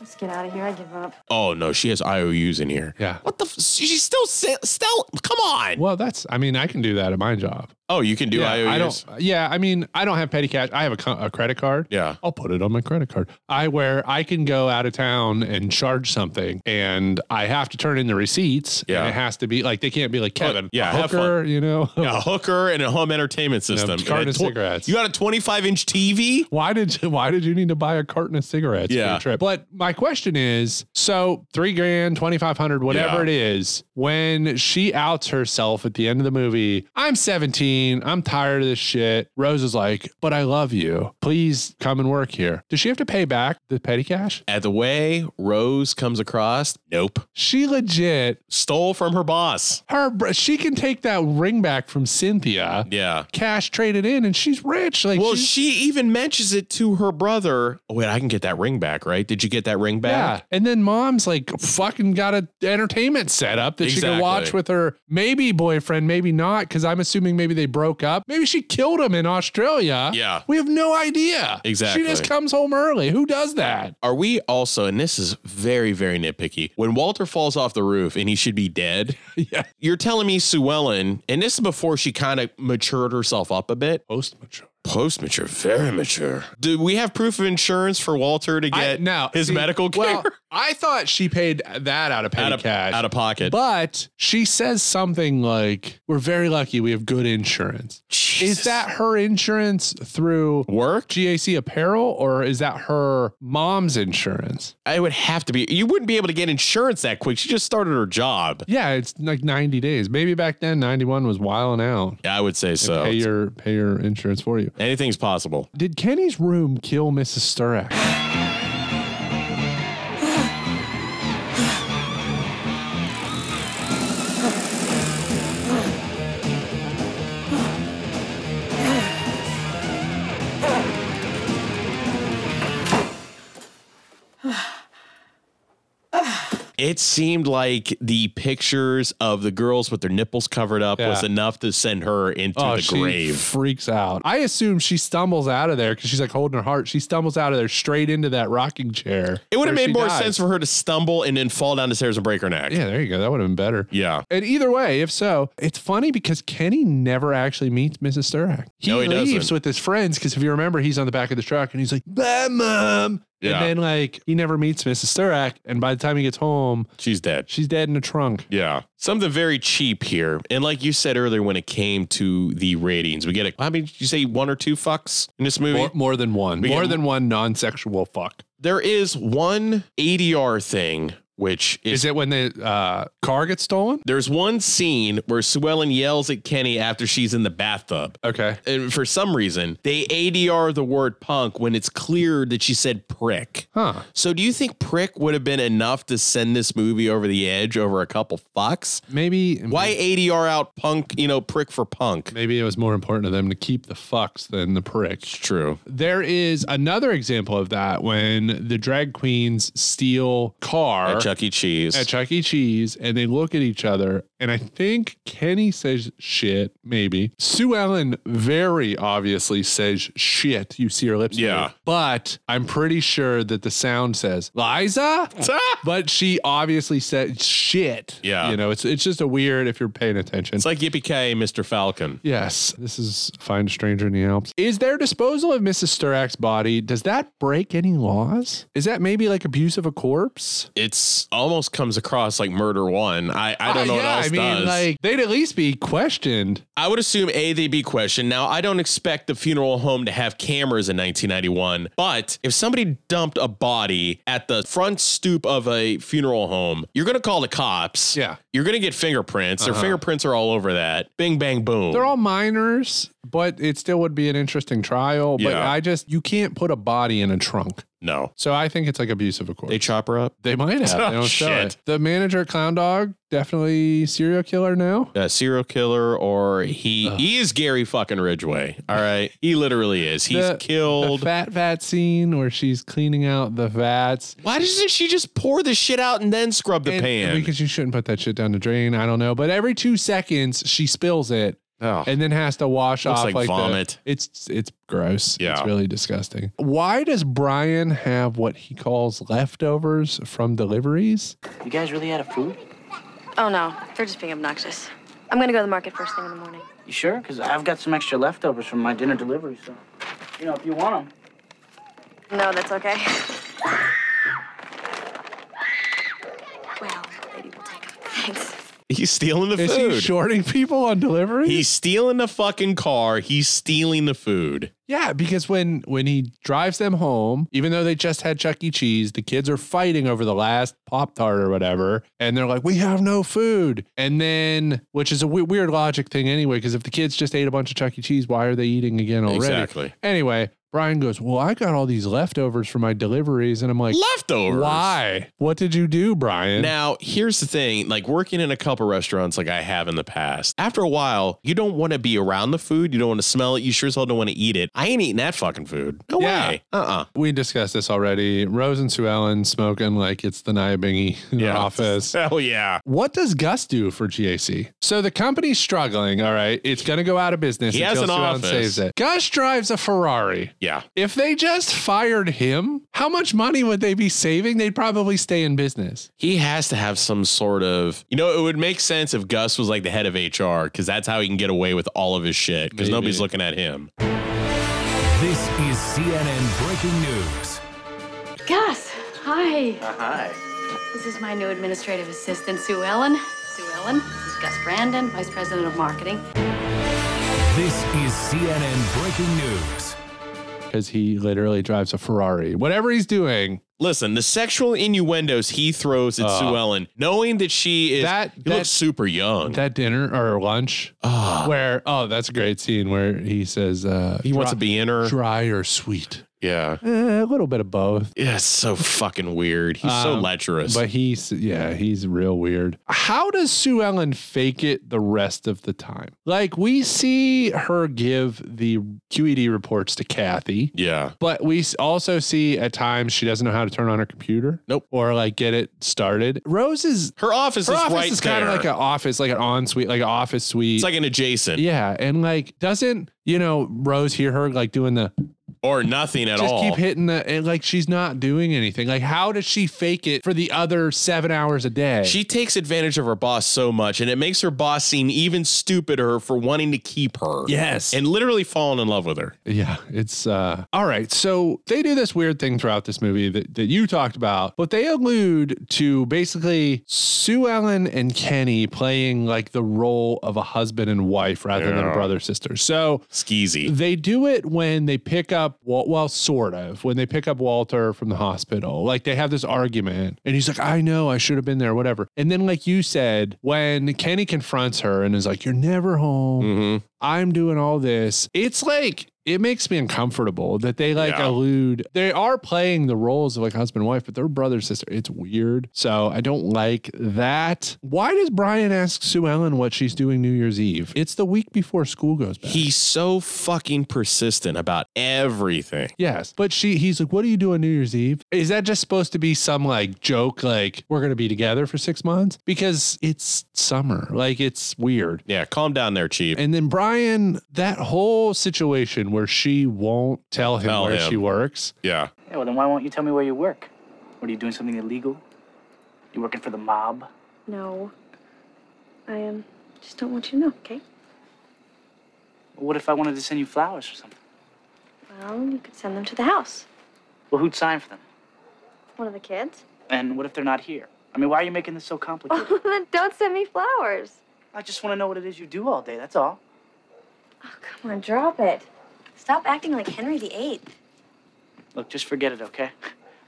S17: Let's get out of here. I give up.
S7: Oh, no, she has IOUs in here.
S6: Yeah.
S7: What the? F- she's still, se- still, come on.
S6: Well, that's. I mean, I can do that at my job.
S7: Oh, you can do
S6: yeah,
S7: IOUs?
S6: I don't. Yeah, I mean, I don't have petty cash. I have a, co- a credit card.
S7: Yeah.
S6: I'll put it on my credit card. I where I can go out of town and charge something, and I have to turn in the receipts.
S7: Yeah.
S6: and it has to be like they can't be like Kevin.
S7: yeah,
S6: a
S7: have
S6: hooker, you know.
S7: Yeah, a hooker and a home entertainment system.
S6: carton
S7: And a
S6: of cigarettes.
S7: You got a 25 inch TV?
S6: Why did you, why did you need to buy a carton of cigarettes for
S7: Yeah.
S6: your trip? But my question is, so three grand, twenty five hundred, whatever
S7: Yeah.
S6: it is, when she outs herself at the end of the movie, I'm seventeen. mean. I'm tired of this shit. Rose is like, but I love you. Please come and work here. Does she have to pay back the petty cash?
S7: At the way Rose comes across, nope.
S6: She legit
S7: stole from her boss.
S6: Her br- she can take that ring back from Cynthia.
S7: Yeah.
S6: Cash traded in, and she's rich. Like,
S7: Well,
S6: she's-
S7: she even mentions it to her brother. Oh, wait, I can get that ring back, right? Did you get that ring back?
S6: Yeah. And then mom's like fucking got an entertainment set up that she can
S7: Exactly.
S6: watch with her maybe boyfriend, maybe not, because I'm assuming maybe they broke up. Maybe she killed him in Australia.
S7: Yeah.
S6: We have no idea.
S7: Exactly.
S6: She just comes home early. Who does that?
S7: Are we also, and this is very, very nitpicky, when Walter falls off the roof and he should be dead?
S6: yeah.
S7: You're telling me Sue Ellen, and this is before she kind of matured herself up a bit.
S6: Post mature.
S7: Post mature, very mature. Do we have proof of insurance for Walter to
S6: I-
S7: get
S6: now,
S7: his
S6: see,
S7: medical care?
S6: Well, I thought she paid that out of petty
S7: out of
S6: cash.
S7: out of pocket.
S6: But she says something like, We're very lucky we have good insurance. Is that her insurance through
S7: work?
S6: GAC apparel, or is that her mom's insurance?
S7: I would have to be. You wouldn't be able to get insurance that quick. She just started her job.
S6: Yeah, it's like 90 days. Maybe back then 91 was wilding out.
S7: Yeah, I would say so.
S6: Pay your pay your insurance for you.
S7: Anything's possible.
S6: Did Kenny's room kill Mrs. Sturrock?
S7: It seemed like the pictures of the girls with their nipples covered up was
S6: Yeah. Oh,
S7: enough to send her into the
S6: she
S7: grave.
S6: freaks out. I assume she stumbles out of there because she's like holding her heart. She stumbles out of there straight into that rocking chair.
S7: It would
S6: where
S7: have made
S6: she
S7: more
S6: dies.
S7: sense for her to stumble and then fall down the stairs and break her neck.
S6: Yeah, there you go. That would have been better.
S7: Yeah.
S6: And either way, if so, it's funny because Kenny never actually meets Mrs. Sturrock. He
S7: No, he
S6: leaves
S7: doesn't.
S6: with his friends because if you remember, he's on the back of the truck and he's like, "Bye, mom."
S7: Yeah.
S6: And then like he never meets Mrs. Sturrock, and by the time he gets home,
S7: She's dead.
S6: she's dead in a trunk.
S7: Yeah. Something very cheap here. And like you said earlier, when it came to the ratings, we get it. I mean, did you say one or two fucks in this movie?
S6: More, more than one.
S7: We get-
S6: more than one non-sexual fuck.
S7: There is one ADR thing, which is,
S6: Is it when the uh, car gets stolen?
S7: there's one scene where Sue Ellen yells at Kenny after she's in the bathtub.
S6: Okay.
S7: And for some reason, they ADR the word punk when it's clear that she said prick.
S6: Huh.
S7: So do you think prick would have been enough to send this movie over the edge over a couple fucks?
S6: Maybe
S7: Why ADR out punk, you know, prick for punk?
S6: Maybe it was more important to them to keep the fucks than the prick.
S7: It's true.
S6: There is another example of that when the drag queens steal car
S7: At Chuck E. Cheese.
S6: at Chuck E. Cheese and they look at each other. And I think Kenny says shit, maybe. Sue Ellen very obviously says shit. You see her lips. move.
S7: Yeah.
S6: But I'm pretty sure that the sound says Liza. but she obviously said shit.
S7: Yeah.
S6: You know, it's it's just a weird if you're paying attention.
S7: it's like Yippee Ki, Mr. Falcon.
S6: Yes, this is Find a Stranger in the Alps. Is their disposal of Mrs. Sturrock's body, does that break any laws? Is that maybe like abuse of a corpse?
S7: It's almost comes across like Murder One. I, I don't know
S6: Uh, yeah,
S7: what else
S6: I mean,
S7: does.
S6: like, they'd at least be questioned.
S7: I would assume A, they'd be questioned. Now, I don't expect the funeral home to have cameras in 1991, but if somebody dumped a body at the front stoop of a funeral home, you're going to call the cops.
S6: Yeah. Uh-huh.
S7: You're going to get fingerprints. Their fingerprints are all over that. Bing, bang, boom.
S6: They're all minors, but it still would be an interesting trial. But
S7: Yeah.
S6: I just, you can't put a body in a trunk.
S7: no.
S6: So I think it's like abuse of a corpse.
S7: They chop her up.
S6: They might have.
S7: Oh,
S6: they don't show
S7: shit.
S6: it. The manager at Clown Dog, definitely serial killer now.
S7: A serial killer, or he he is Gary fucking Ridgway. All right. He literally is. He's
S6: The-
S7: killed.
S6: The fat vat scene where she's cleaning out the vats.
S7: Why doesn't she just pour the shit out and then scrub the
S6: And-
S7: pan?
S6: because you shouldn't put that shit down the drain. I don't know, but every two seconds she spills it
S7: Oh.
S6: and then has to wash
S7: Looks
S6: off
S7: like
S6: the-
S7: vomit.
S6: it's it's gross.
S7: Yeah.
S6: it's really disgusting. Why does Brian have what he calls leftovers from deliveries?
S26: You guys really out of food?
S2: Oh no, they're just being obnoxious. I'm gonna go to the market first thing in the morning.
S26: You sure? Because I've got some extra leftovers from my dinner delivery, so. You know, if you want them.
S2: No, that's okay. Well, maybe we'll take them. Thanks.
S7: He's stealing the
S6: Is he
S7: food.
S6: shorting people on delivery?
S7: He's stealing the fucking car. He's stealing the food.
S6: Yeah, because when when he drives them home, even though they just had Chuck E. Cheese, the kids are fighting over the last Pop Tart or whatever, and they're like, "We have no food." And then, which is a we- weird logic thing anyway, because if the kids just ate a bunch of Chuck E. Cheese, why are they eating again already?
S7: Exactly.
S6: Anyway, Brian goes, "Well, I got all these leftovers for my deliveries," and I'm like,
S7: Leftovers?
S6: Why? What did you do, Brian?"
S7: Now, here's the thing like working in a couple restaurants like I have in the past, after a while, you don't want to be around the food. You don't want to smell it. You sure as hell don't want to eat it. I ain't eating that fucking food. No
S6: Yeah.
S7: way. Uh uh
S6: We discussed this already. Rose and Sue Ellen smoking like it's the Nia Bingy in the office.
S7: Uh-uh. Hell yeah.
S6: What does Gus do for GAC? So the company's struggling. All right, it's going to go out of business.
S7: He has
S6: until
S7: an
S6: Sue Ellen
S7: office.
S6: saves it. Gus drives a Ferrari.
S7: Yeah.
S6: If they just fired him, how much money would they be saving? They'd probably stay in business.
S7: He has to have some sort of, you know, it would make sense if Gus was like the head of HR because that's how he can get away with all of his shit because
S6: Maybe.
S7: nobody's looking at him.
S13: This is CNN Breaking News.
S17: Gus, hi.
S18: Hi.
S17: This is my new administrative assistant, Sue Ellen. Sue Ellen, this is Gus Brandon, Vice President of Marketing.
S13: This is CNN Breaking News.
S6: Because he literally drives a Ferrari. Whatever he's doing,
S7: Listen, the sexual innuendos he throws at
S6: Uh,
S7: Sue Ellen, knowing that she is,
S6: that-
S7: he
S6: that-
S7: looks super young.
S6: that dinner or lunch, where oh, that's a great scene where he says uh,
S7: Ah. he wants to be in her.
S6: dry or sweet.
S7: Yeah.
S6: Eh, a little bit of both.
S7: Yeah, it's so fucking weird. He's so
S6: Um,
S7: lecherous.
S6: But he's yeah, he's real weird. How does Sue Ellen fake it the rest of the time? Like we see her give the QED reports to Kathy,
S7: yeah.
S6: but we s- also see at times she doesn't know how to turn on her computer.
S7: Nope.
S6: Or like get it started. Rose's
S7: Her office
S6: her
S7: is
S6: office
S7: right
S6: is
S7: there.
S6: kind of like an office, like an en suite, like an office suite.
S7: it's like an adjacent
S6: yeah, and like doesn't you know Rose hear her like doing the
S7: or nothing at
S6: just
S7: all.
S6: keep hitting the and like she's not doing anything. Like how does she fake it for the other seven hours a day?
S7: she takes advantage of her boss so much, and it makes her boss seem even stupider for wanting to keep her.
S6: Yes.
S7: And literally falling in love with her.
S6: yeah, it's uh all right. So they do this weird thing throughout this movie that, that you talked about, but they allude to basically Sue Ellen and Kenny playing like the role of a husband and wife rather than
S7: Yeah.
S6: brother sister. So
S7: Skeezy.
S6: They do it when they pick up, Wal- well, sort of, when they pick up Walter from the hospital. Like they have this argument, and he's like, I know I should have been there, whatever. And then, like you said, when Kenny confronts her and is like, You're never home. I'm doing all this. It's like, it makes me uncomfortable that they like
S7: Yeah.
S6: allude. They are playing the roles of like husband and wife, but they're brother and sister. It's weird. So I don't like that. Why does Brian ask Sue Ellen what she's doing New Year's Eve? It's the week before school goes back.
S7: He's so fucking persistent about everything.
S6: Yes. But she he's like, What do you do on New Year's Eve? Is that just supposed to be some like joke, like we're gonna be together for six months? Because it's summer. Like it's weird.
S7: Yeah, calm down there, Chief.
S6: And then Brian, that whole situation where she won't tell him
S7: Tell
S6: where
S7: him.
S6: she works.
S7: Yeah.
S19: Yeah, well, then why won't you tell me where you work? What are you doing something illegal? You working for the mob?
S2: No. I um, just don't want you to know, okay?
S19: Well, what if I wanted to send you flowers or something?
S2: Well, you could send them to the house.
S19: Well, who'd sign for them?
S2: One of the kids.
S19: And what if they're not here? I mean, why are you making this so
S23: Oh.
S19: complicated?
S2: then don't send me flowers.
S19: I just want to know what it is you do all day, that's all.
S2: Oh, Come on, drop it. Stop acting like Henry VIII.
S19: Look, just forget it, okay?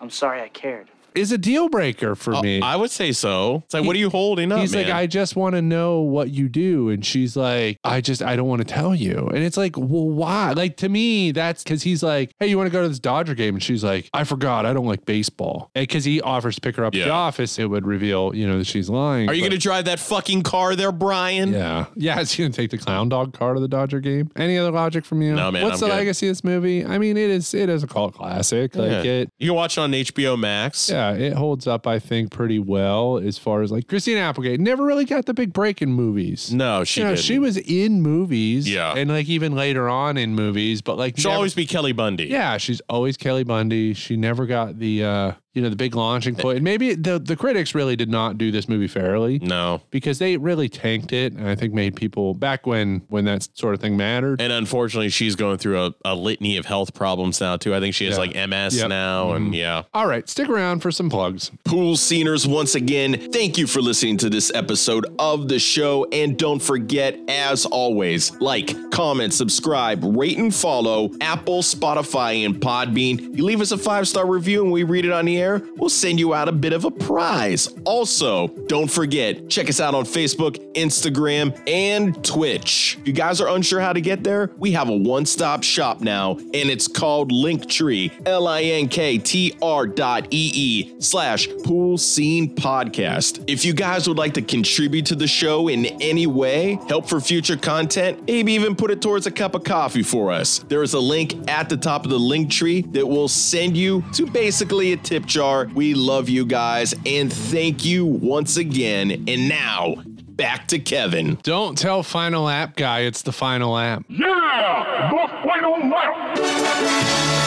S19: I'm sorry I cared.
S6: Is a deal breaker for
S7: Uh,
S6: me.
S7: I would say so. It's like, what are you holding up?
S6: He's like,
S7: man?
S6: I just want to know what you do. And she's like, I just, I don't want to tell you. And it's like, well, why? Like, to me, that's because he's like, hey, you want to go to this Dodger game? And she's like, I forgot. I don't like baseball. Because he offers to pick her up at
S7: Yeah.
S6: the office. It would reveal, you know, that she's lying.
S7: Are you
S6: but-
S7: going to drive that fucking car there, Brian?
S6: Yeah. Yeah. Is he going to take the clown dog car to the Dodger game? Any other logic from you?
S7: No, man,
S6: What's
S7: I'm
S6: the
S7: good.
S6: legacy of this movie? I mean, it is, it is a cult classic. Like,
S7: Yeah.
S6: it,
S7: You can watch it on HBO Max.
S6: yeah, it holds up, I think, pretty well as far as like Christina Applegate never really got the big break in movies.
S7: No, she
S6: you know,
S7: didn't.
S6: she was in movies.
S7: Yeah.
S6: And like even later on in movies, but like
S7: She'll
S6: never-
S7: always be Kelly Bundy.
S6: Yeah, she's always Kelly Bundy. She never got the uh, you know, the big launching
S7: Eh.
S6: point. And maybe the the critics really did not do this movie fairly.
S7: No.
S6: Because they really tanked it and I think made people back when when that sort of thing mattered.
S7: And unfortunately, she's going through a, a litany of health problems now, too. I think she has
S6: Yeah.
S7: like MS
S6: Yep. Mm-hmm.
S7: now. And yeah.
S6: All right, stick around for some plugs.
S7: Pool Sceners, once again, thank you for listening to this episode of the show. And don't forget, as always, like, comment, subscribe, rate, and follow Apple, Spotify, and Podbean. You leave us a five star review and we read it on the air, we'll send you out a bit of a prize. Also, don't forget, check us out on Facebook, Instagram, and Twitch. If you guys are unsure how to get there, we have a one stop shop now, and it's called Linktree, L I N K T R dot E E slash pool scene podcast. If you guys would like to contribute to the show in any way, help for future content, maybe even put it towards a cup of coffee for us, there is a link at the top of the link tree that will send you to basically a tip jar. We love you guys and thank you once again. And now, back to Kevin.
S6: Don't tell Final App Guy it's the final app.
S11: Yeah! The final lap!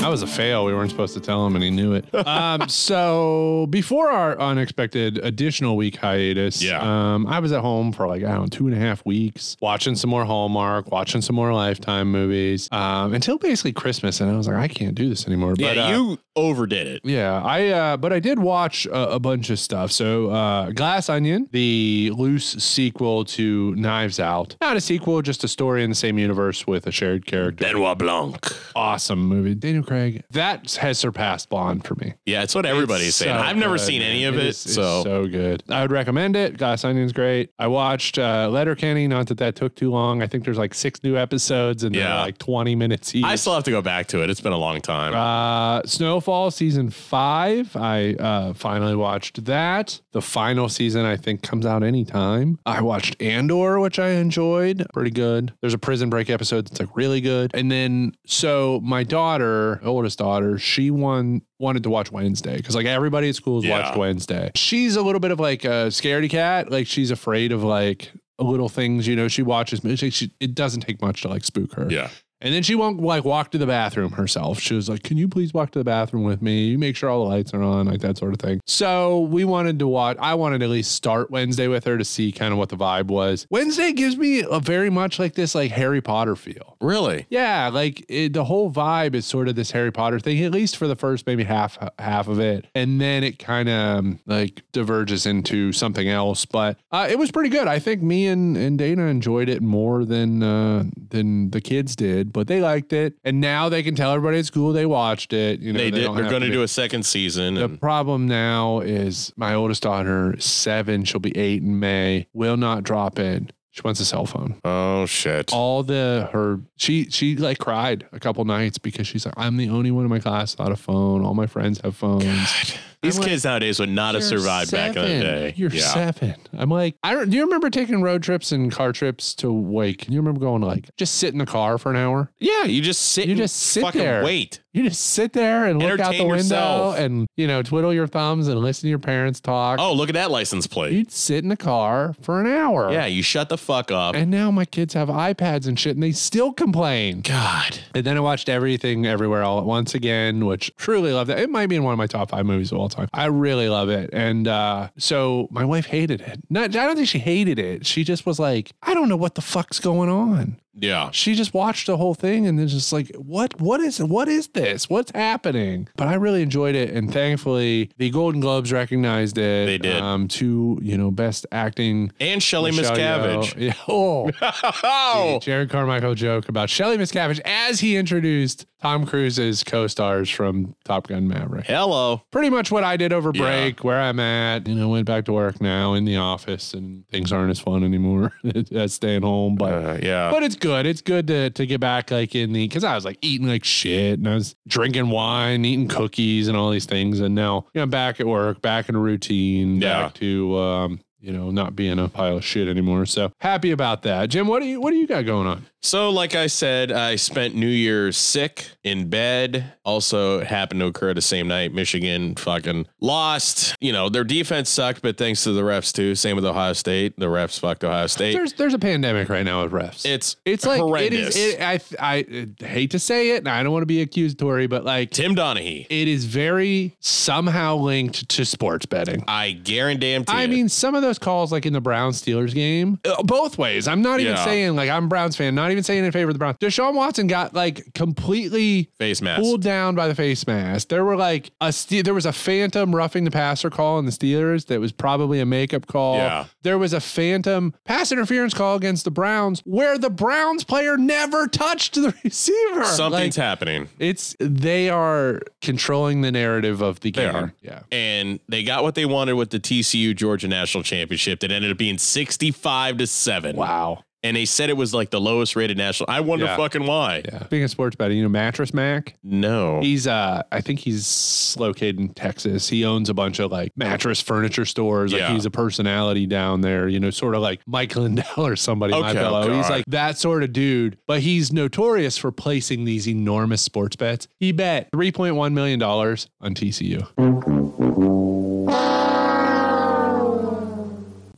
S6: That was a fail. We weren't supposed to tell him, and he knew it. Um, so before our unexpected additional week hiatus, yeah. um, I was at home for like I don't know two and a half weeks, watching some more Hallmark, watching some more Lifetime movies um, until basically Christmas, and I was like, I can't do this anymore.
S7: yeah,
S6: uh,
S7: you overdid it.
S6: yeah, I uh, but I did watch a, a bunch of stuff. So uh, Glass Onion, the loose sequel to Knives Out, not a sequel, just a story in the same universe with a shared character.
S7: Benoit Blanc.
S6: Awesome movie, Daniel Craig. That has surpassed Bond for me.
S7: Yeah, it's what everybody's
S6: It's
S7: saying.
S6: so
S7: I've never
S6: good,
S7: seen any
S6: man.
S7: of it,
S6: is- it's
S7: so.
S6: so good. I would recommend it. Glass Onion's great. I watched uh, Letterkenny. Not that that took too long. I think there's like six new episodes and they're
S7: Yeah.
S6: like 20 minutes each.
S7: I still have to go back to it. It's been a long time.
S6: Uh, Snowfall season five. I uh, finally watched that. The final season, I think, comes out anytime. I watched Andor, which I enjoyed. Pretty good. There's a prison break episode that's like really good. And then, so my daughter, oldest daughter, she won wanted to watch Wednesday because like everybody at school's
S7: Yeah.
S6: watched Wednesday. She's a little bit of like a scaredy cat. Like she's afraid of like little things. You know, she watches. She, she, it doesn't take much to like spook her.
S7: Yeah.
S6: And then she won't like walk to the bathroom herself. She was like, "Can you please walk to the bathroom with me? You make sure all the lights are on, like that sort of thing." So we wanted to watch. I wanted to at least start Wednesday with her to see kind of what the vibe was. Wednesday gives me a very much like this like Harry Potter feel.
S7: Really?
S6: Yeah, like it, the whole vibe is sort of this Harry Potter thing, at least for the first maybe half half of it, and then it kind of um, like diverges into something else. But uh, it was pretty good. I think me and, and Dana enjoyed it more than uh, than the kids did, but they liked it, and now they can tell everybody at school they watched it. You know,
S7: they, did.
S6: don't
S7: They're
S6: have
S7: going to
S6: be-
S7: do a second season.
S6: the
S7: and-
S6: problem now is my oldest daughter, is seven, she'll be eight in May, will not drop it. She wants a cell phone.
S7: Oh shit!
S6: All the her she she like cried a couple nights because she's like, I'm the only one in my class without a phone. All my friends have phones.
S7: These kids nowadays would not have
S6: You're
S7: survived back in
S6: seven.
S7: the day.
S6: You're
S7: yeah.
S6: seven. I'm like, I don't. Do you remember taking road trips and car trips to Wake? Do you remember going like just sit in the car for an hour?
S7: Yeah, you just sit.
S6: You
S7: and
S6: just sit
S7: fucking
S6: there.
S7: Wait.
S6: You just sit there and look out the
S7: Entertain
S6: window
S7: yourself.
S6: and you know twiddle your thumbs and listen to your parents talk.
S7: Oh, look at that license plate.
S6: You'd sit in the car for an hour.
S7: yeah, you shut the fuck up.
S6: And now my kids have iPads and shit, and they still complain.
S7: God.
S6: And then I watched Everything Everywhere All at Once again, which truly love that. It might be in one of my top five movies of all time. I really love it. And uh, so my wife hated it. Not, I don't think she hated it. She just was like, I don't know what the fuck's going on.
S7: Yeah.
S6: She just watched the whole thing and then just like, what, what is, what is this? What's happening? But I really enjoyed it, and thankfully, the Golden Globes recognized it. They
S7: did.
S6: Um, to you know, best acting.
S7: And Shelley
S6: Michelle
S7: Miscavige. Oh,
S6: Yeoh. Yeah. Oh. The Jared Carmichael joke about Shelley Miscavige as he introduced Tom Cruise's co-stars from Top Gun Maverick.
S7: Hello.
S6: Pretty much what I did over
S7: Yeah.
S6: break, where I'm at, you know, went back to work now in the office and things aren't as fun anymore as staying home, but
S7: Uh, yeah.
S6: but it's good. It's good to to get back like in the because I was like eating like shit and I was drinking wine, eating cookies and all these things, and now you know I'm back at work, back in a routine,
S7: Yeah.
S6: back to um, you know, not being a pile of shit anymore. So happy about that. Jim, what do you what do you got going on?
S7: So, like I said, I spent New Year's sick in bed. Also, it happened to occur the same night. Michigan fucking lost. You know, their defense sucked, but thanks to the refs too. Same with Ohio State. The refs fucked Ohio State.
S6: There's there's a pandemic right now with refs.
S7: It's
S6: It's like
S7: horrendous.
S6: it is. It, I I uh, hate to say it, and I don't want to be accusatory, but like
S7: Tim Donahue.
S6: it is very somehow linked to sports betting.
S7: I guarantee him.
S6: I mean, some of those calls, like in the Brown Steelers game, uh, both ways. I'm not even
S7: Yeah.
S6: saying like I'm a Browns fan. Not even saying in favor of the Browns. Deshaun Watson got like completely
S7: face mask.
S6: pulled down by the face mask. There were like a ste- there was a phantom roughing the passer call in the Steelers that was probably a makeup call.
S7: Yeah.
S6: There was a phantom pass interference call against the Browns where the Browns player never touched the receiver.
S7: Something's
S6: Like,
S7: happening.
S6: It's they are controlling the narrative of the
S7: They
S6: game.
S7: are.
S6: Yeah.
S7: And they got what they wanted with the TCU Georgia National Championship that ended up being 65 to 7.
S6: Wow.
S7: And they said it was like the lowest rated national. I wonder
S6: Yeah.
S7: fucking why.
S6: Yeah. Being a sports betting, you know, mattress Mac.
S7: No.
S6: He's uh I think he's located in Texas. He owns a bunch of like mattress furniture stores. Like
S7: Yeah.
S6: he's a personality down there, you know, sort of like Mike Lindell or somebody my
S7: Okay, oh,
S6: fellow.
S7: God.
S6: He's like that sort of dude, but he's notorious for placing these enormous sports bets. He bet 3.1 million dollars on TCU.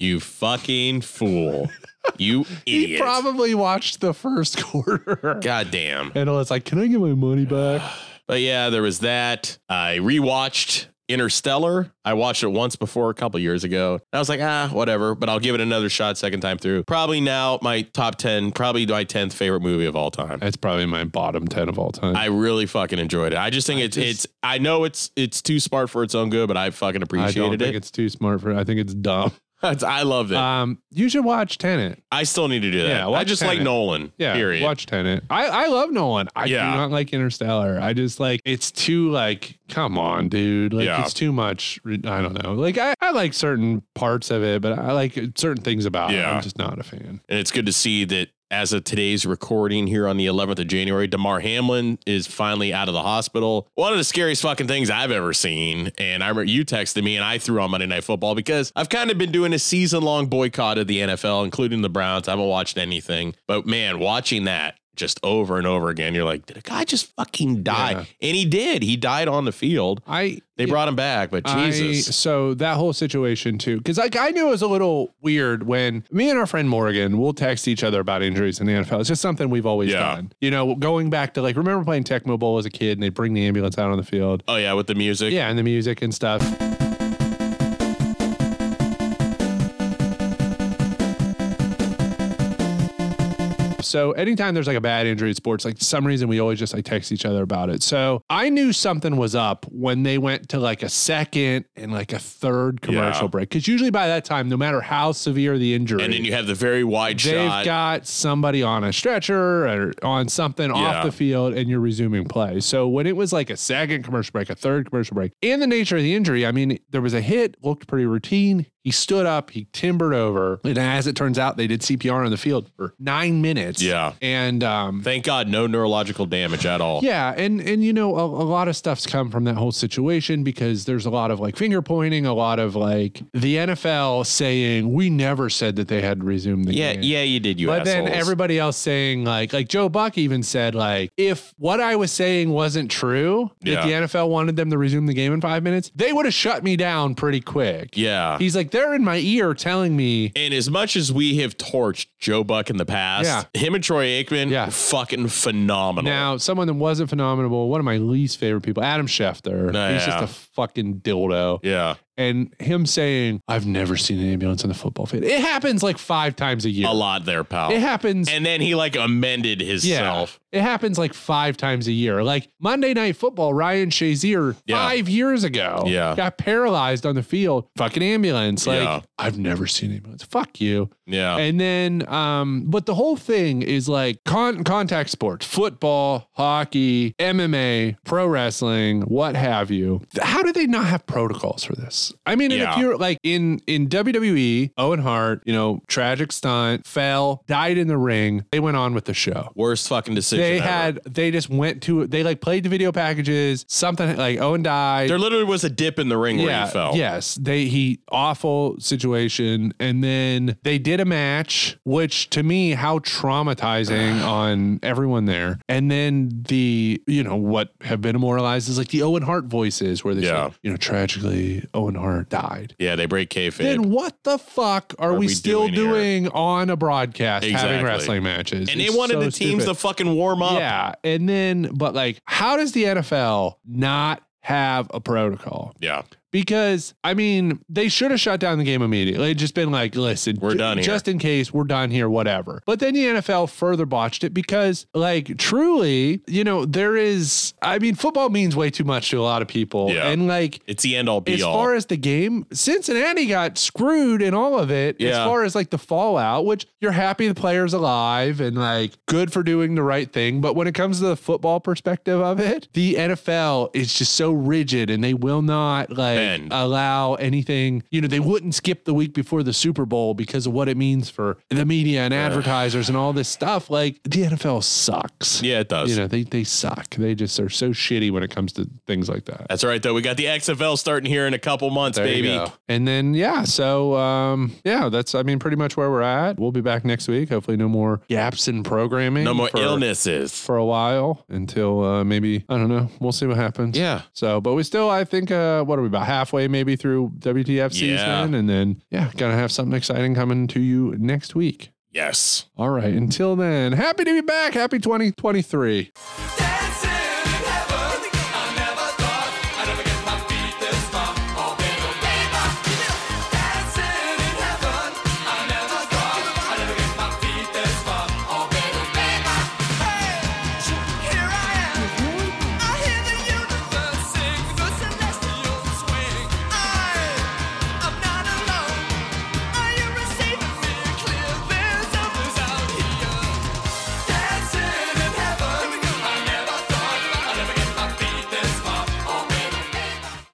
S7: You fucking fool. you idiot.
S6: He probably watched the first quarter.
S7: God damn.
S6: And was like, "Can I get my money back?"
S7: But yeah, there was that. I rewatched Interstellar. I watched it once before a couple years ago. I was like, ah, whatever, but I'll give it another shot second time through. Probably now my top 10, probably my 10th favorite movie of all time.
S6: That's probably my bottom 10 of all time.
S7: I really fucking enjoyed it. I just think
S6: I
S7: it's
S6: just-
S7: it's I know it's it's too smart for its own good, but I fucking
S6: I don't
S7: appreciated
S6: think
S7: it.
S6: it's too smart for I think it's dumb.
S7: It's, I loved it.
S6: Um, you should watch Tenet.
S7: I still need to do that.
S6: yeah,
S7: I
S6: watch
S7: just like
S6: Tenet.
S7: Nolan.
S6: Yeah,
S7: Period.
S6: watch Tenet. I, I love Nolan. I
S7: Yeah.
S6: do not like Interstellar. I just like it's too like come on, dude. Like
S7: Yeah.
S6: it's too much. re- I don't know. Like I, I like certain parts of it, but I like certain things about it.
S7: Yeah.
S6: I'm just not a fan.
S7: And it's good to see that as of today's recording here on the 11th of January, Damar Hamlin is finally out of the hospital. One of the scariest fucking things I've ever seen. And I remember you texted me and I threw on Monday Night Football because I've kind of been doing a season long boycott of the NFL, including the Browns. I haven't watched anything. But man, watching that just over and over again, you're like, did a guy just fucking die? And he did. He died on the field.
S6: I
S7: They brought him back, but Jesus.
S6: I, so that whole situation too, because like I knew it was a little weird when me and our friend Morgan will text each other about injuries in the NFL. It's just something we've always
S7: Yeah.
S6: done. You know, going back to like remember playing Tecmo Bowl as a kid, and they bring the ambulance out on the field.
S7: oh, yeah, with the music.
S6: Yeah, and the music and stuff. So anytime there's like a bad injury in sports, like for some reason we always just like text each other about it. So I knew something was up when they went to like a second and like a third commercial
S7: Yeah.
S6: break. Because usually by that time, no matter how severe the injury,
S7: And then you have the very wide
S6: they've
S7: shot.
S6: got somebody on a stretcher or on something off
S7: Yeah.
S6: the field and you're resuming play. So when it was like a second commercial break, a third commercial break, and the nature of the injury, I mean, there was a hit, looked pretty routine. He stood up, he timbered over. And as it turns out, they did CPR on the field for nine minutes.
S7: yeah.
S6: And um,
S7: Thank God, no neurological damage at all.
S6: yeah, and and you know a, a lot of stuff's come from that whole situation because there's a lot of like finger pointing, a lot of like the NFL saying we never said that they had to resume the
S7: Yeah,
S6: game.
S7: yeah, you did, you
S6: but
S7: assholes.
S6: then everybody else saying like like Joe Buck even said like if what I was saying wasn't true that
S7: Yeah.
S6: the NFL wanted them to resume the game in five minutes, they would have shut me down pretty quick.
S7: yeah.
S6: He's like they're in my ear telling me
S7: and as much as we have torched Joe Buck in the past, him and Troy Aikman,
S6: Yeah.
S7: fucking phenomenal.
S6: now someone that wasn't phenomenal, one of my least favorite people, Adam Schefter.
S7: Yeah.
S6: He's just a fucking dildo.
S7: yeah,
S6: and him saying, "I've never seen an ambulance on the football field." It happens like five times a year.
S7: a lot there, pal.
S6: It happens.
S7: and then he like amended
S6: yeah,
S7: himself.
S6: it happens like five times a year. Like Monday Night Football, Ryan Shazier
S7: Yeah.
S6: five years ago,
S7: Yeah.
S6: got paralyzed on the field. Fucking ambulance. Like
S7: Yeah.
S6: I've never seen an ambulance. Fuck you.
S7: Yeah.
S6: And then, um, but the whole thing is like con- contact sports, football, hockey, MMA, pro wrestling, what have you. How do they not have protocols for this? I mean, and if
S7: Yeah.
S6: you're like in in WWE, Owen Hart, you know, tragic stunt, fell, died in the ring. They went on with the show.
S7: Worst fucking decision.
S6: They
S7: ever.
S6: had they just went to they like played the video packages. Something like Owen died.
S7: There literally was a dip in the ring where
S6: Yeah.
S7: he fell.
S6: Yes. They he awful situation. And then they did a match, which to me, how traumatizing on everyone there. And then the, you know, what have been immortalized is like the Owen Hart voices where they
S7: Yeah.
S6: say, you know, tragically Owen Hart died.
S7: Yeah, they break kayfabe.
S6: Then what the fuck are,
S7: Are
S6: we,
S7: we
S6: still
S7: doing here?
S6: doing, on a broadcast having
S7: Exactly.
S6: wrestling matches?
S7: And they
S6: It's
S7: wanted
S6: so
S7: the teams to
S6: stupid.
S7: fucking warm up.
S6: Yeah. And then, but like, how does the NFL not have a protocol?
S7: Yeah.
S6: Because I mean, they should have shut down the game immediately. It'd Just been like, listen, we're
S7: done here.
S6: Just in case we're done here, whatever. But then the NFL further botched it because, like, truly, you know, there is. I mean, football means way too much to a lot of people,
S7: Yeah.
S6: and like,
S7: It's the end all be
S6: as
S7: all.
S6: far as the game, Cincinnati got screwed in all of it. As
S7: Yeah.
S6: far as like the fallout, which you're happy the player's alive and like good for doing the right thing. But when it comes to the football perspective of it, the NFL is just so rigid and they will not like allow anything. You know, they wouldn't skip the week before the Super Bowl because of what it means for the media and advertisers and all this stuff. Like the NFL sucks.
S7: yeah, it does.
S6: You know, they they suck. They just are so shitty when it comes to things like that.
S7: That's all right, though. We got the XFL starting here in a couple months,
S6: There you
S7: baby.
S6: go. And then yeah, so um, yeah, that's I mean pretty much where we're at. We'll be back next week. Hopefully, no more gaps in programming.
S7: No more
S6: for-
S7: illnesses.
S6: for a while until uh, maybe I don't know. We'll see what happens.
S7: Yeah.
S6: So, but we still I think uh, what are we about halfway maybe through WTF
S7: Yeah.
S6: season, and then yeah, gonna have something exciting coming to you next week.
S7: Yes.
S6: All right. Until then, happy to be back. Happy 2023.
S11: Oh, Oh,